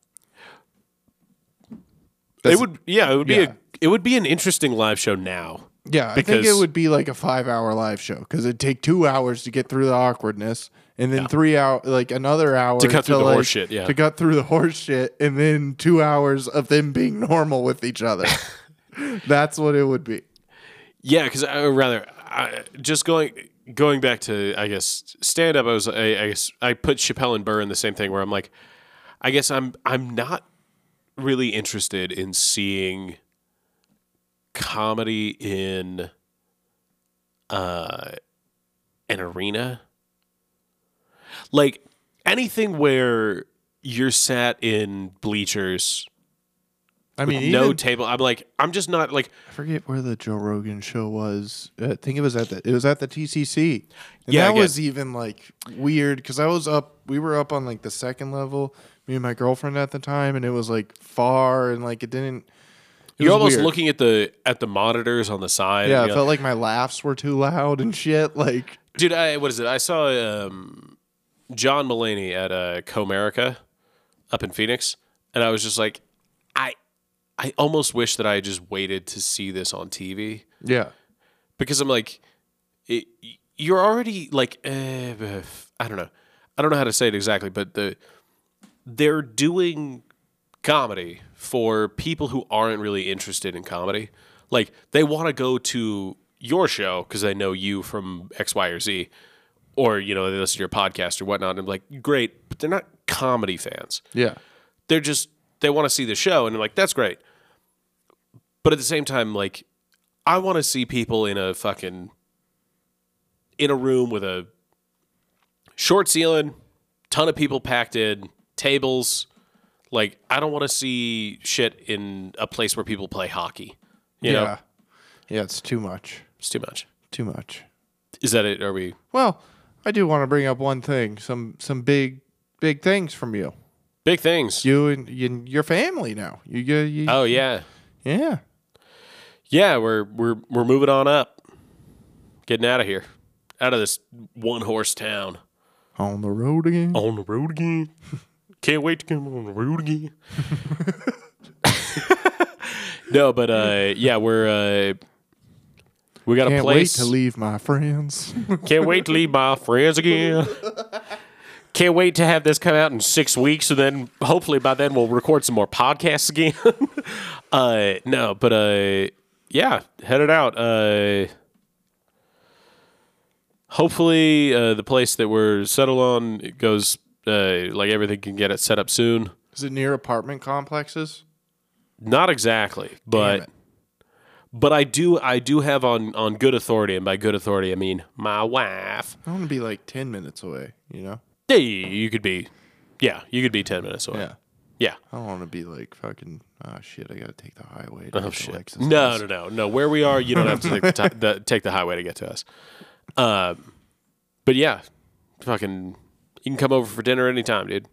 [SPEAKER 2] It
[SPEAKER 1] That's-
[SPEAKER 2] would, yeah, it would be
[SPEAKER 1] yeah.
[SPEAKER 2] a, it would be an interesting live show now.
[SPEAKER 1] Yeah, I think it
[SPEAKER 2] Because-
[SPEAKER 1] would be like a five-hour live show because it'd take two hours to get through the awkwardness, and then three hour, like another hour
[SPEAKER 2] To cut through the
[SPEAKER 1] like,
[SPEAKER 2] horse shit, yeah.
[SPEAKER 1] to cut through the horse shit, and then two hours of them being normal with each other. That's what it would be.
[SPEAKER 2] Yeah, because I or rather I, just going going back to I guess stand up. I was I, I guess I put Chappelle and Burr in the same thing where I'm like, I guess I'm I'm not really interested in seeing comedy in uh, an arena, like anything where you're sat in bleachers,
[SPEAKER 1] I mean,
[SPEAKER 2] no
[SPEAKER 1] even-
[SPEAKER 2] table. I'm like I'm just not like
[SPEAKER 1] I forget where the Joe Rogan show was. I think it was at the it was at the TCC. And
[SPEAKER 2] Yeah, I
[SPEAKER 1] that
[SPEAKER 2] get-
[SPEAKER 1] was even like weird because I was up. We were up on like the second level. Me and my girlfriend at the time, and it was like far and like it didn't. it
[SPEAKER 2] You're
[SPEAKER 1] was
[SPEAKER 2] almost
[SPEAKER 1] weird.
[SPEAKER 2] looking at the at the monitors on the side.
[SPEAKER 1] Yeah,
[SPEAKER 2] and
[SPEAKER 1] it
[SPEAKER 2] you're
[SPEAKER 1] felt like my laughs were too loud and shit. Like,
[SPEAKER 2] like- dude, I what is it? I saw um, John Mulaney at uh, Comerica up in Phoenix, and I was just like, I, I almost wish that I had just waited to see this on TV
[SPEAKER 1] yeah,
[SPEAKER 2] because I'm like, it, you're already like, eh, eh, I don't know, I don't know how to say it exactly, but the they're doing comedy for people who aren't really interested in comedy. Like they want to go to your show because they know you from X, Y, or Z, or you know they listen to your podcast or whatnot. And I'm like, great, but they're not comedy fans
[SPEAKER 1] yeah,
[SPEAKER 2] they're just they want to see the show and I'm like that's great but at the same time like i want to see people in a fucking in a room with a short ceiling ton of people packed in tables like i don't want to see shit in a place where people play hockey you
[SPEAKER 1] yeah,
[SPEAKER 2] know
[SPEAKER 1] yeah. It's too much.
[SPEAKER 2] it's too much
[SPEAKER 1] Too much.
[SPEAKER 2] is that it are we
[SPEAKER 1] Well, I do want to bring up one thing. Some some big big things from you.
[SPEAKER 2] big things
[SPEAKER 1] You and, you and your family now. You, you, you
[SPEAKER 2] oh yeah
[SPEAKER 1] yeah.
[SPEAKER 2] yeah we're we're we're moving on up getting out of here out of this one horse town
[SPEAKER 1] On the road again.
[SPEAKER 2] on the road again. Can't wait to come on the road again. no, but uh, yeah, we're uh, we got a
[SPEAKER 1] Can't wait
[SPEAKER 2] place.
[SPEAKER 1] to leave my friends.
[SPEAKER 2] Can't wait to leave my friends again. Can't wait to have this come out in six weeks, and then hopefully by then we'll record some more podcasts again. uh, no, but uh, yeah, headed out. Uh, hopefully uh, the place that we're settled on it goes uh, like everything can get it set up soon.
[SPEAKER 1] Is it near apartment complexes?
[SPEAKER 2] Not exactly, but
[SPEAKER 1] it.
[SPEAKER 2] but I do I do have on on good authority, and by good authority I mean my wife.
[SPEAKER 1] I want to be like 10 minutes away, you know?
[SPEAKER 2] Yeah, you you could be. Yeah, you could be ten minutes away.
[SPEAKER 1] Yeah.
[SPEAKER 2] Yeah.
[SPEAKER 1] I don't want to be like fucking, oh shit, I got to take the highway.
[SPEAKER 2] Oh shit. No, no, no, no. Where we are, you don't have to take the, ti- the take the highway to get to us. Um, but yeah, fucking, you can come over for dinner anytime, dude.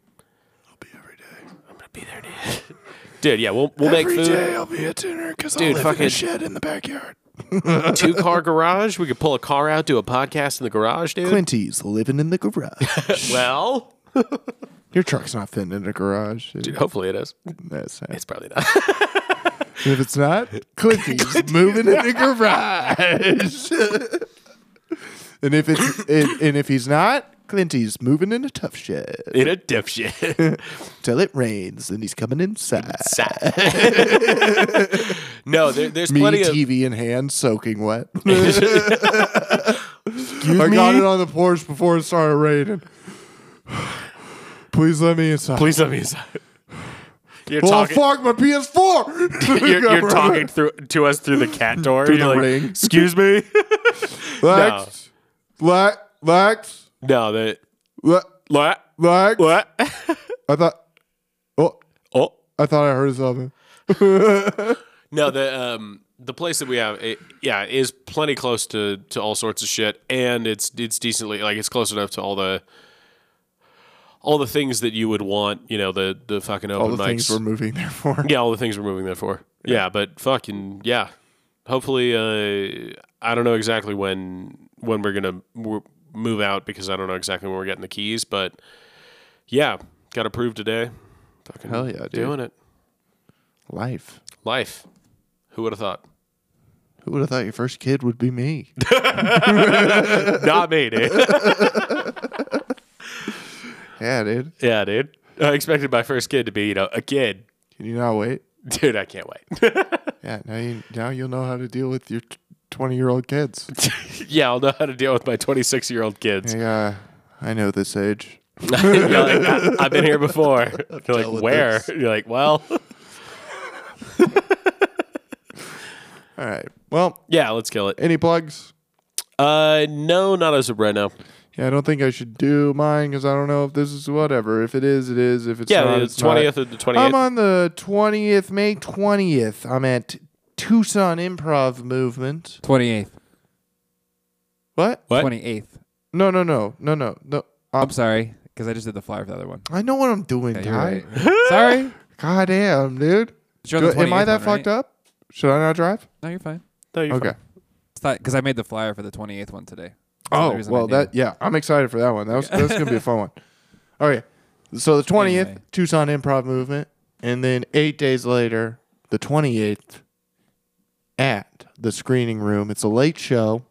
[SPEAKER 1] I'll be every day.
[SPEAKER 2] I'm gonna be there, dude. dude, yeah, we'll we'll make
[SPEAKER 1] Every
[SPEAKER 2] food.
[SPEAKER 1] day I'll be at dinner because I'll live
[SPEAKER 2] Dude,
[SPEAKER 1] in
[SPEAKER 2] fucking-
[SPEAKER 1] a shed in the backyard.
[SPEAKER 2] Two car garage. We could pull a car out, do a podcast in the garage, dude.
[SPEAKER 1] Quinty's living in the garage.
[SPEAKER 2] Well,
[SPEAKER 1] Your truck's not fitting in a garage. Dude.
[SPEAKER 2] dude, hopefully it is.
[SPEAKER 1] That's sad.
[SPEAKER 2] It's probably not.
[SPEAKER 1] if it's not, Quinty's moving in the garage. and if it's and, and if he's not, Quinty's moving in a tough shed.
[SPEAKER 2] in a dipshit.
[SPEAKER 1] Till it rains, then he's coming inside.
[SPEAKER 2] Sigh. no, there, there's
[SPEAKER 1] Me,
[SPEAKER 2] plenty of
[SPEAKER 1] TV in hand, soaking wet. I got it on the porch before it started raining. Please let me inside.
[SPEAKER 2] Please let me inside. You're
[SPEAKER 1] Well,
[SPEAKER 2] talking.
[SPEAKER 1] fuck my PS4.
[SPEAKER 2] You're, you're talking through to us through the cat door.
[SPEAKER 1] Through
[SPEAKER 2] You're
[SPEAKER 1] the
[SPEAKER 2] like,
[SPEAKER 1] ring.
[SPEAKER 2] Excuse me.
[SPEAKER 1] Lex, Lex, Lex,
[SPEAKER 2] no, that.
[SPEAKER 1] Le-
[SPEAKER 2] What?
[SPEAKER 1] Lex.
[SPEAKER 2] What?
[SPEAKER 1] I thought. Oh,
[SPEAKER 2] Oh
[SPEAKER 1] I thought I heard something.
[SPEAKER 2] no, the um the place that we have, it, yeah, is plenty close to to all sorts of shit, and it's it's decently like it's close enough to all the all the things that you would want. You know, the the fucking open
[SPEAKER 1] All the
[SPEAKER 2] mics.
[SPEAKER 1] things we're moving there for.
[SPEAKER 2] Yeah, all the things we're moving there for. Yeah, but fucking yeah. Hopefully, uh, I don't know exactly when when we're gonna w- move out because I don't know exactly when we're getting the keys. But yeah, got approved today. Fucking
[SPEAKER 1] Hell yeah, dude.
[SPEAKER 2] doing it.
[SPEAKER 1] Life.
[SPEAKER 2] Life. Who would have thought?
[SPEAKER 1] Who would have thought your first kid would be me?
[SPEAKER 2] Not me, dude.
[SPEAKER 1] yeah, dude.
[SPEAKER 2] yeah, dude. I expected my first kid to be, you know, a kid.
[SPEAKER 1] Can you not wait?
[SPEAKER 2] Dude, I can't wait.
[SPEAKER 1] Yeah, now you now you'll know how to deal with your twenty year old kids.
[SPEAKER 2] yeah, I'll know how to deal with my 26 year old kids.
[SPEAKER 1] Yeah, uh, I know this age.
[SPEAKER 2] You're like, I, have been here before. You're
[SPEAKER 1] dealt
[SPEAKER 2] like,
[SPEAKER 1] with
[SPEAKER 2] where?
[SPEAKER 1] this.
[SPEAKER 2] You're like, well,
[SPEAKER 1] All right. Well,
[SPEAKER 2] yeah, let's kill it.
[SPEAKER 1] any plugs?
[SPEAKER 2] Uh, no, not as of right now.
[SPEAKER 1] Yeah, I don't think I should do mine because I don't know if this is whatever. If it is, it is. If it's
[SPEAKER 2] Yeah,
[SPEAKER 1] not,
[SPEAKER 2] the
[SPEAKER 1] it's not.
[SPEAKER 2] twentieth of the twenty
[SPEAKER 1] I'm
[SPEAKER 2] eighth.
[SPEAKER 1] on the twentieth, May twentieth. I'm at Tucson Improv Movement.
[SPEAKER 3] Twenty eighth.
[SPEAKER 1] What?
[SPEAKER 2] What?
[SPEAKER 3] Twenty eighth.
[SPEAKER 1] No, no, no, no, no, no. Um,
[SPEAKER 3] I'm sorry because I just did the flyer for the other one.
[SPEAKER 1] I know what I'm doing,
[SPEAKER 3] Yeah,
[SPEAKER 1] Ty.
[SPEAKER 3] you're right. sorry.
[SPEAKER 1] God damn, dude.
[SPEAKER 3] But you're on the
[SPEAKER 1] Do- am I
[SPEAKER 3] 28th
[SPEAKER 1] that
[SPEAKER 3] one,
[SPEAKER 1] fucked
[SPEAKER 3] right?
[SPEAKER 1] up? Should I not drive?
[SPEAKER 3] No, you're fine.
[SPEAKER 1] Okay.
[SPEAKER 3] Because I made the flyer for the twenty eighth one today. That's the only
[SPEAKER 1] Oh
[SPEAKER 3] reason I
[SPEAKER 1] well,
[SPEAKER 3] knew.
[SPEAKER 1] that yeah, I'm excited for that one. That was that's gonna be a fun one. All right, so the twentieth,
[SPEAKER 3] Anyway.
[SPEAKER 1] Tucson Improv Movement, and then eight days later, the twenty eighth, at the Screening Room. It's a late show.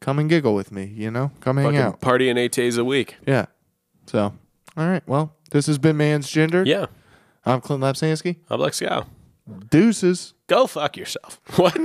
[SPEAKER 1] Come and giggle with me, you know. Come hang
[SPEAKER 2] Fucking
[SPEAKER 1] out.
[SPEAKER 2] partying eight days a week.
[SPEAKER 1] Yeah. So, all right. Well, this has been Man's Gender.
[SPEAKER 2] Yeah,
[SPEAKER 1] I'm Clint Lapsansky.
[SPEAKER 2] I'm like, yeah,
[SPEAKER 1] Deuces.
[SPEAKER 2] go fuck yourself. What?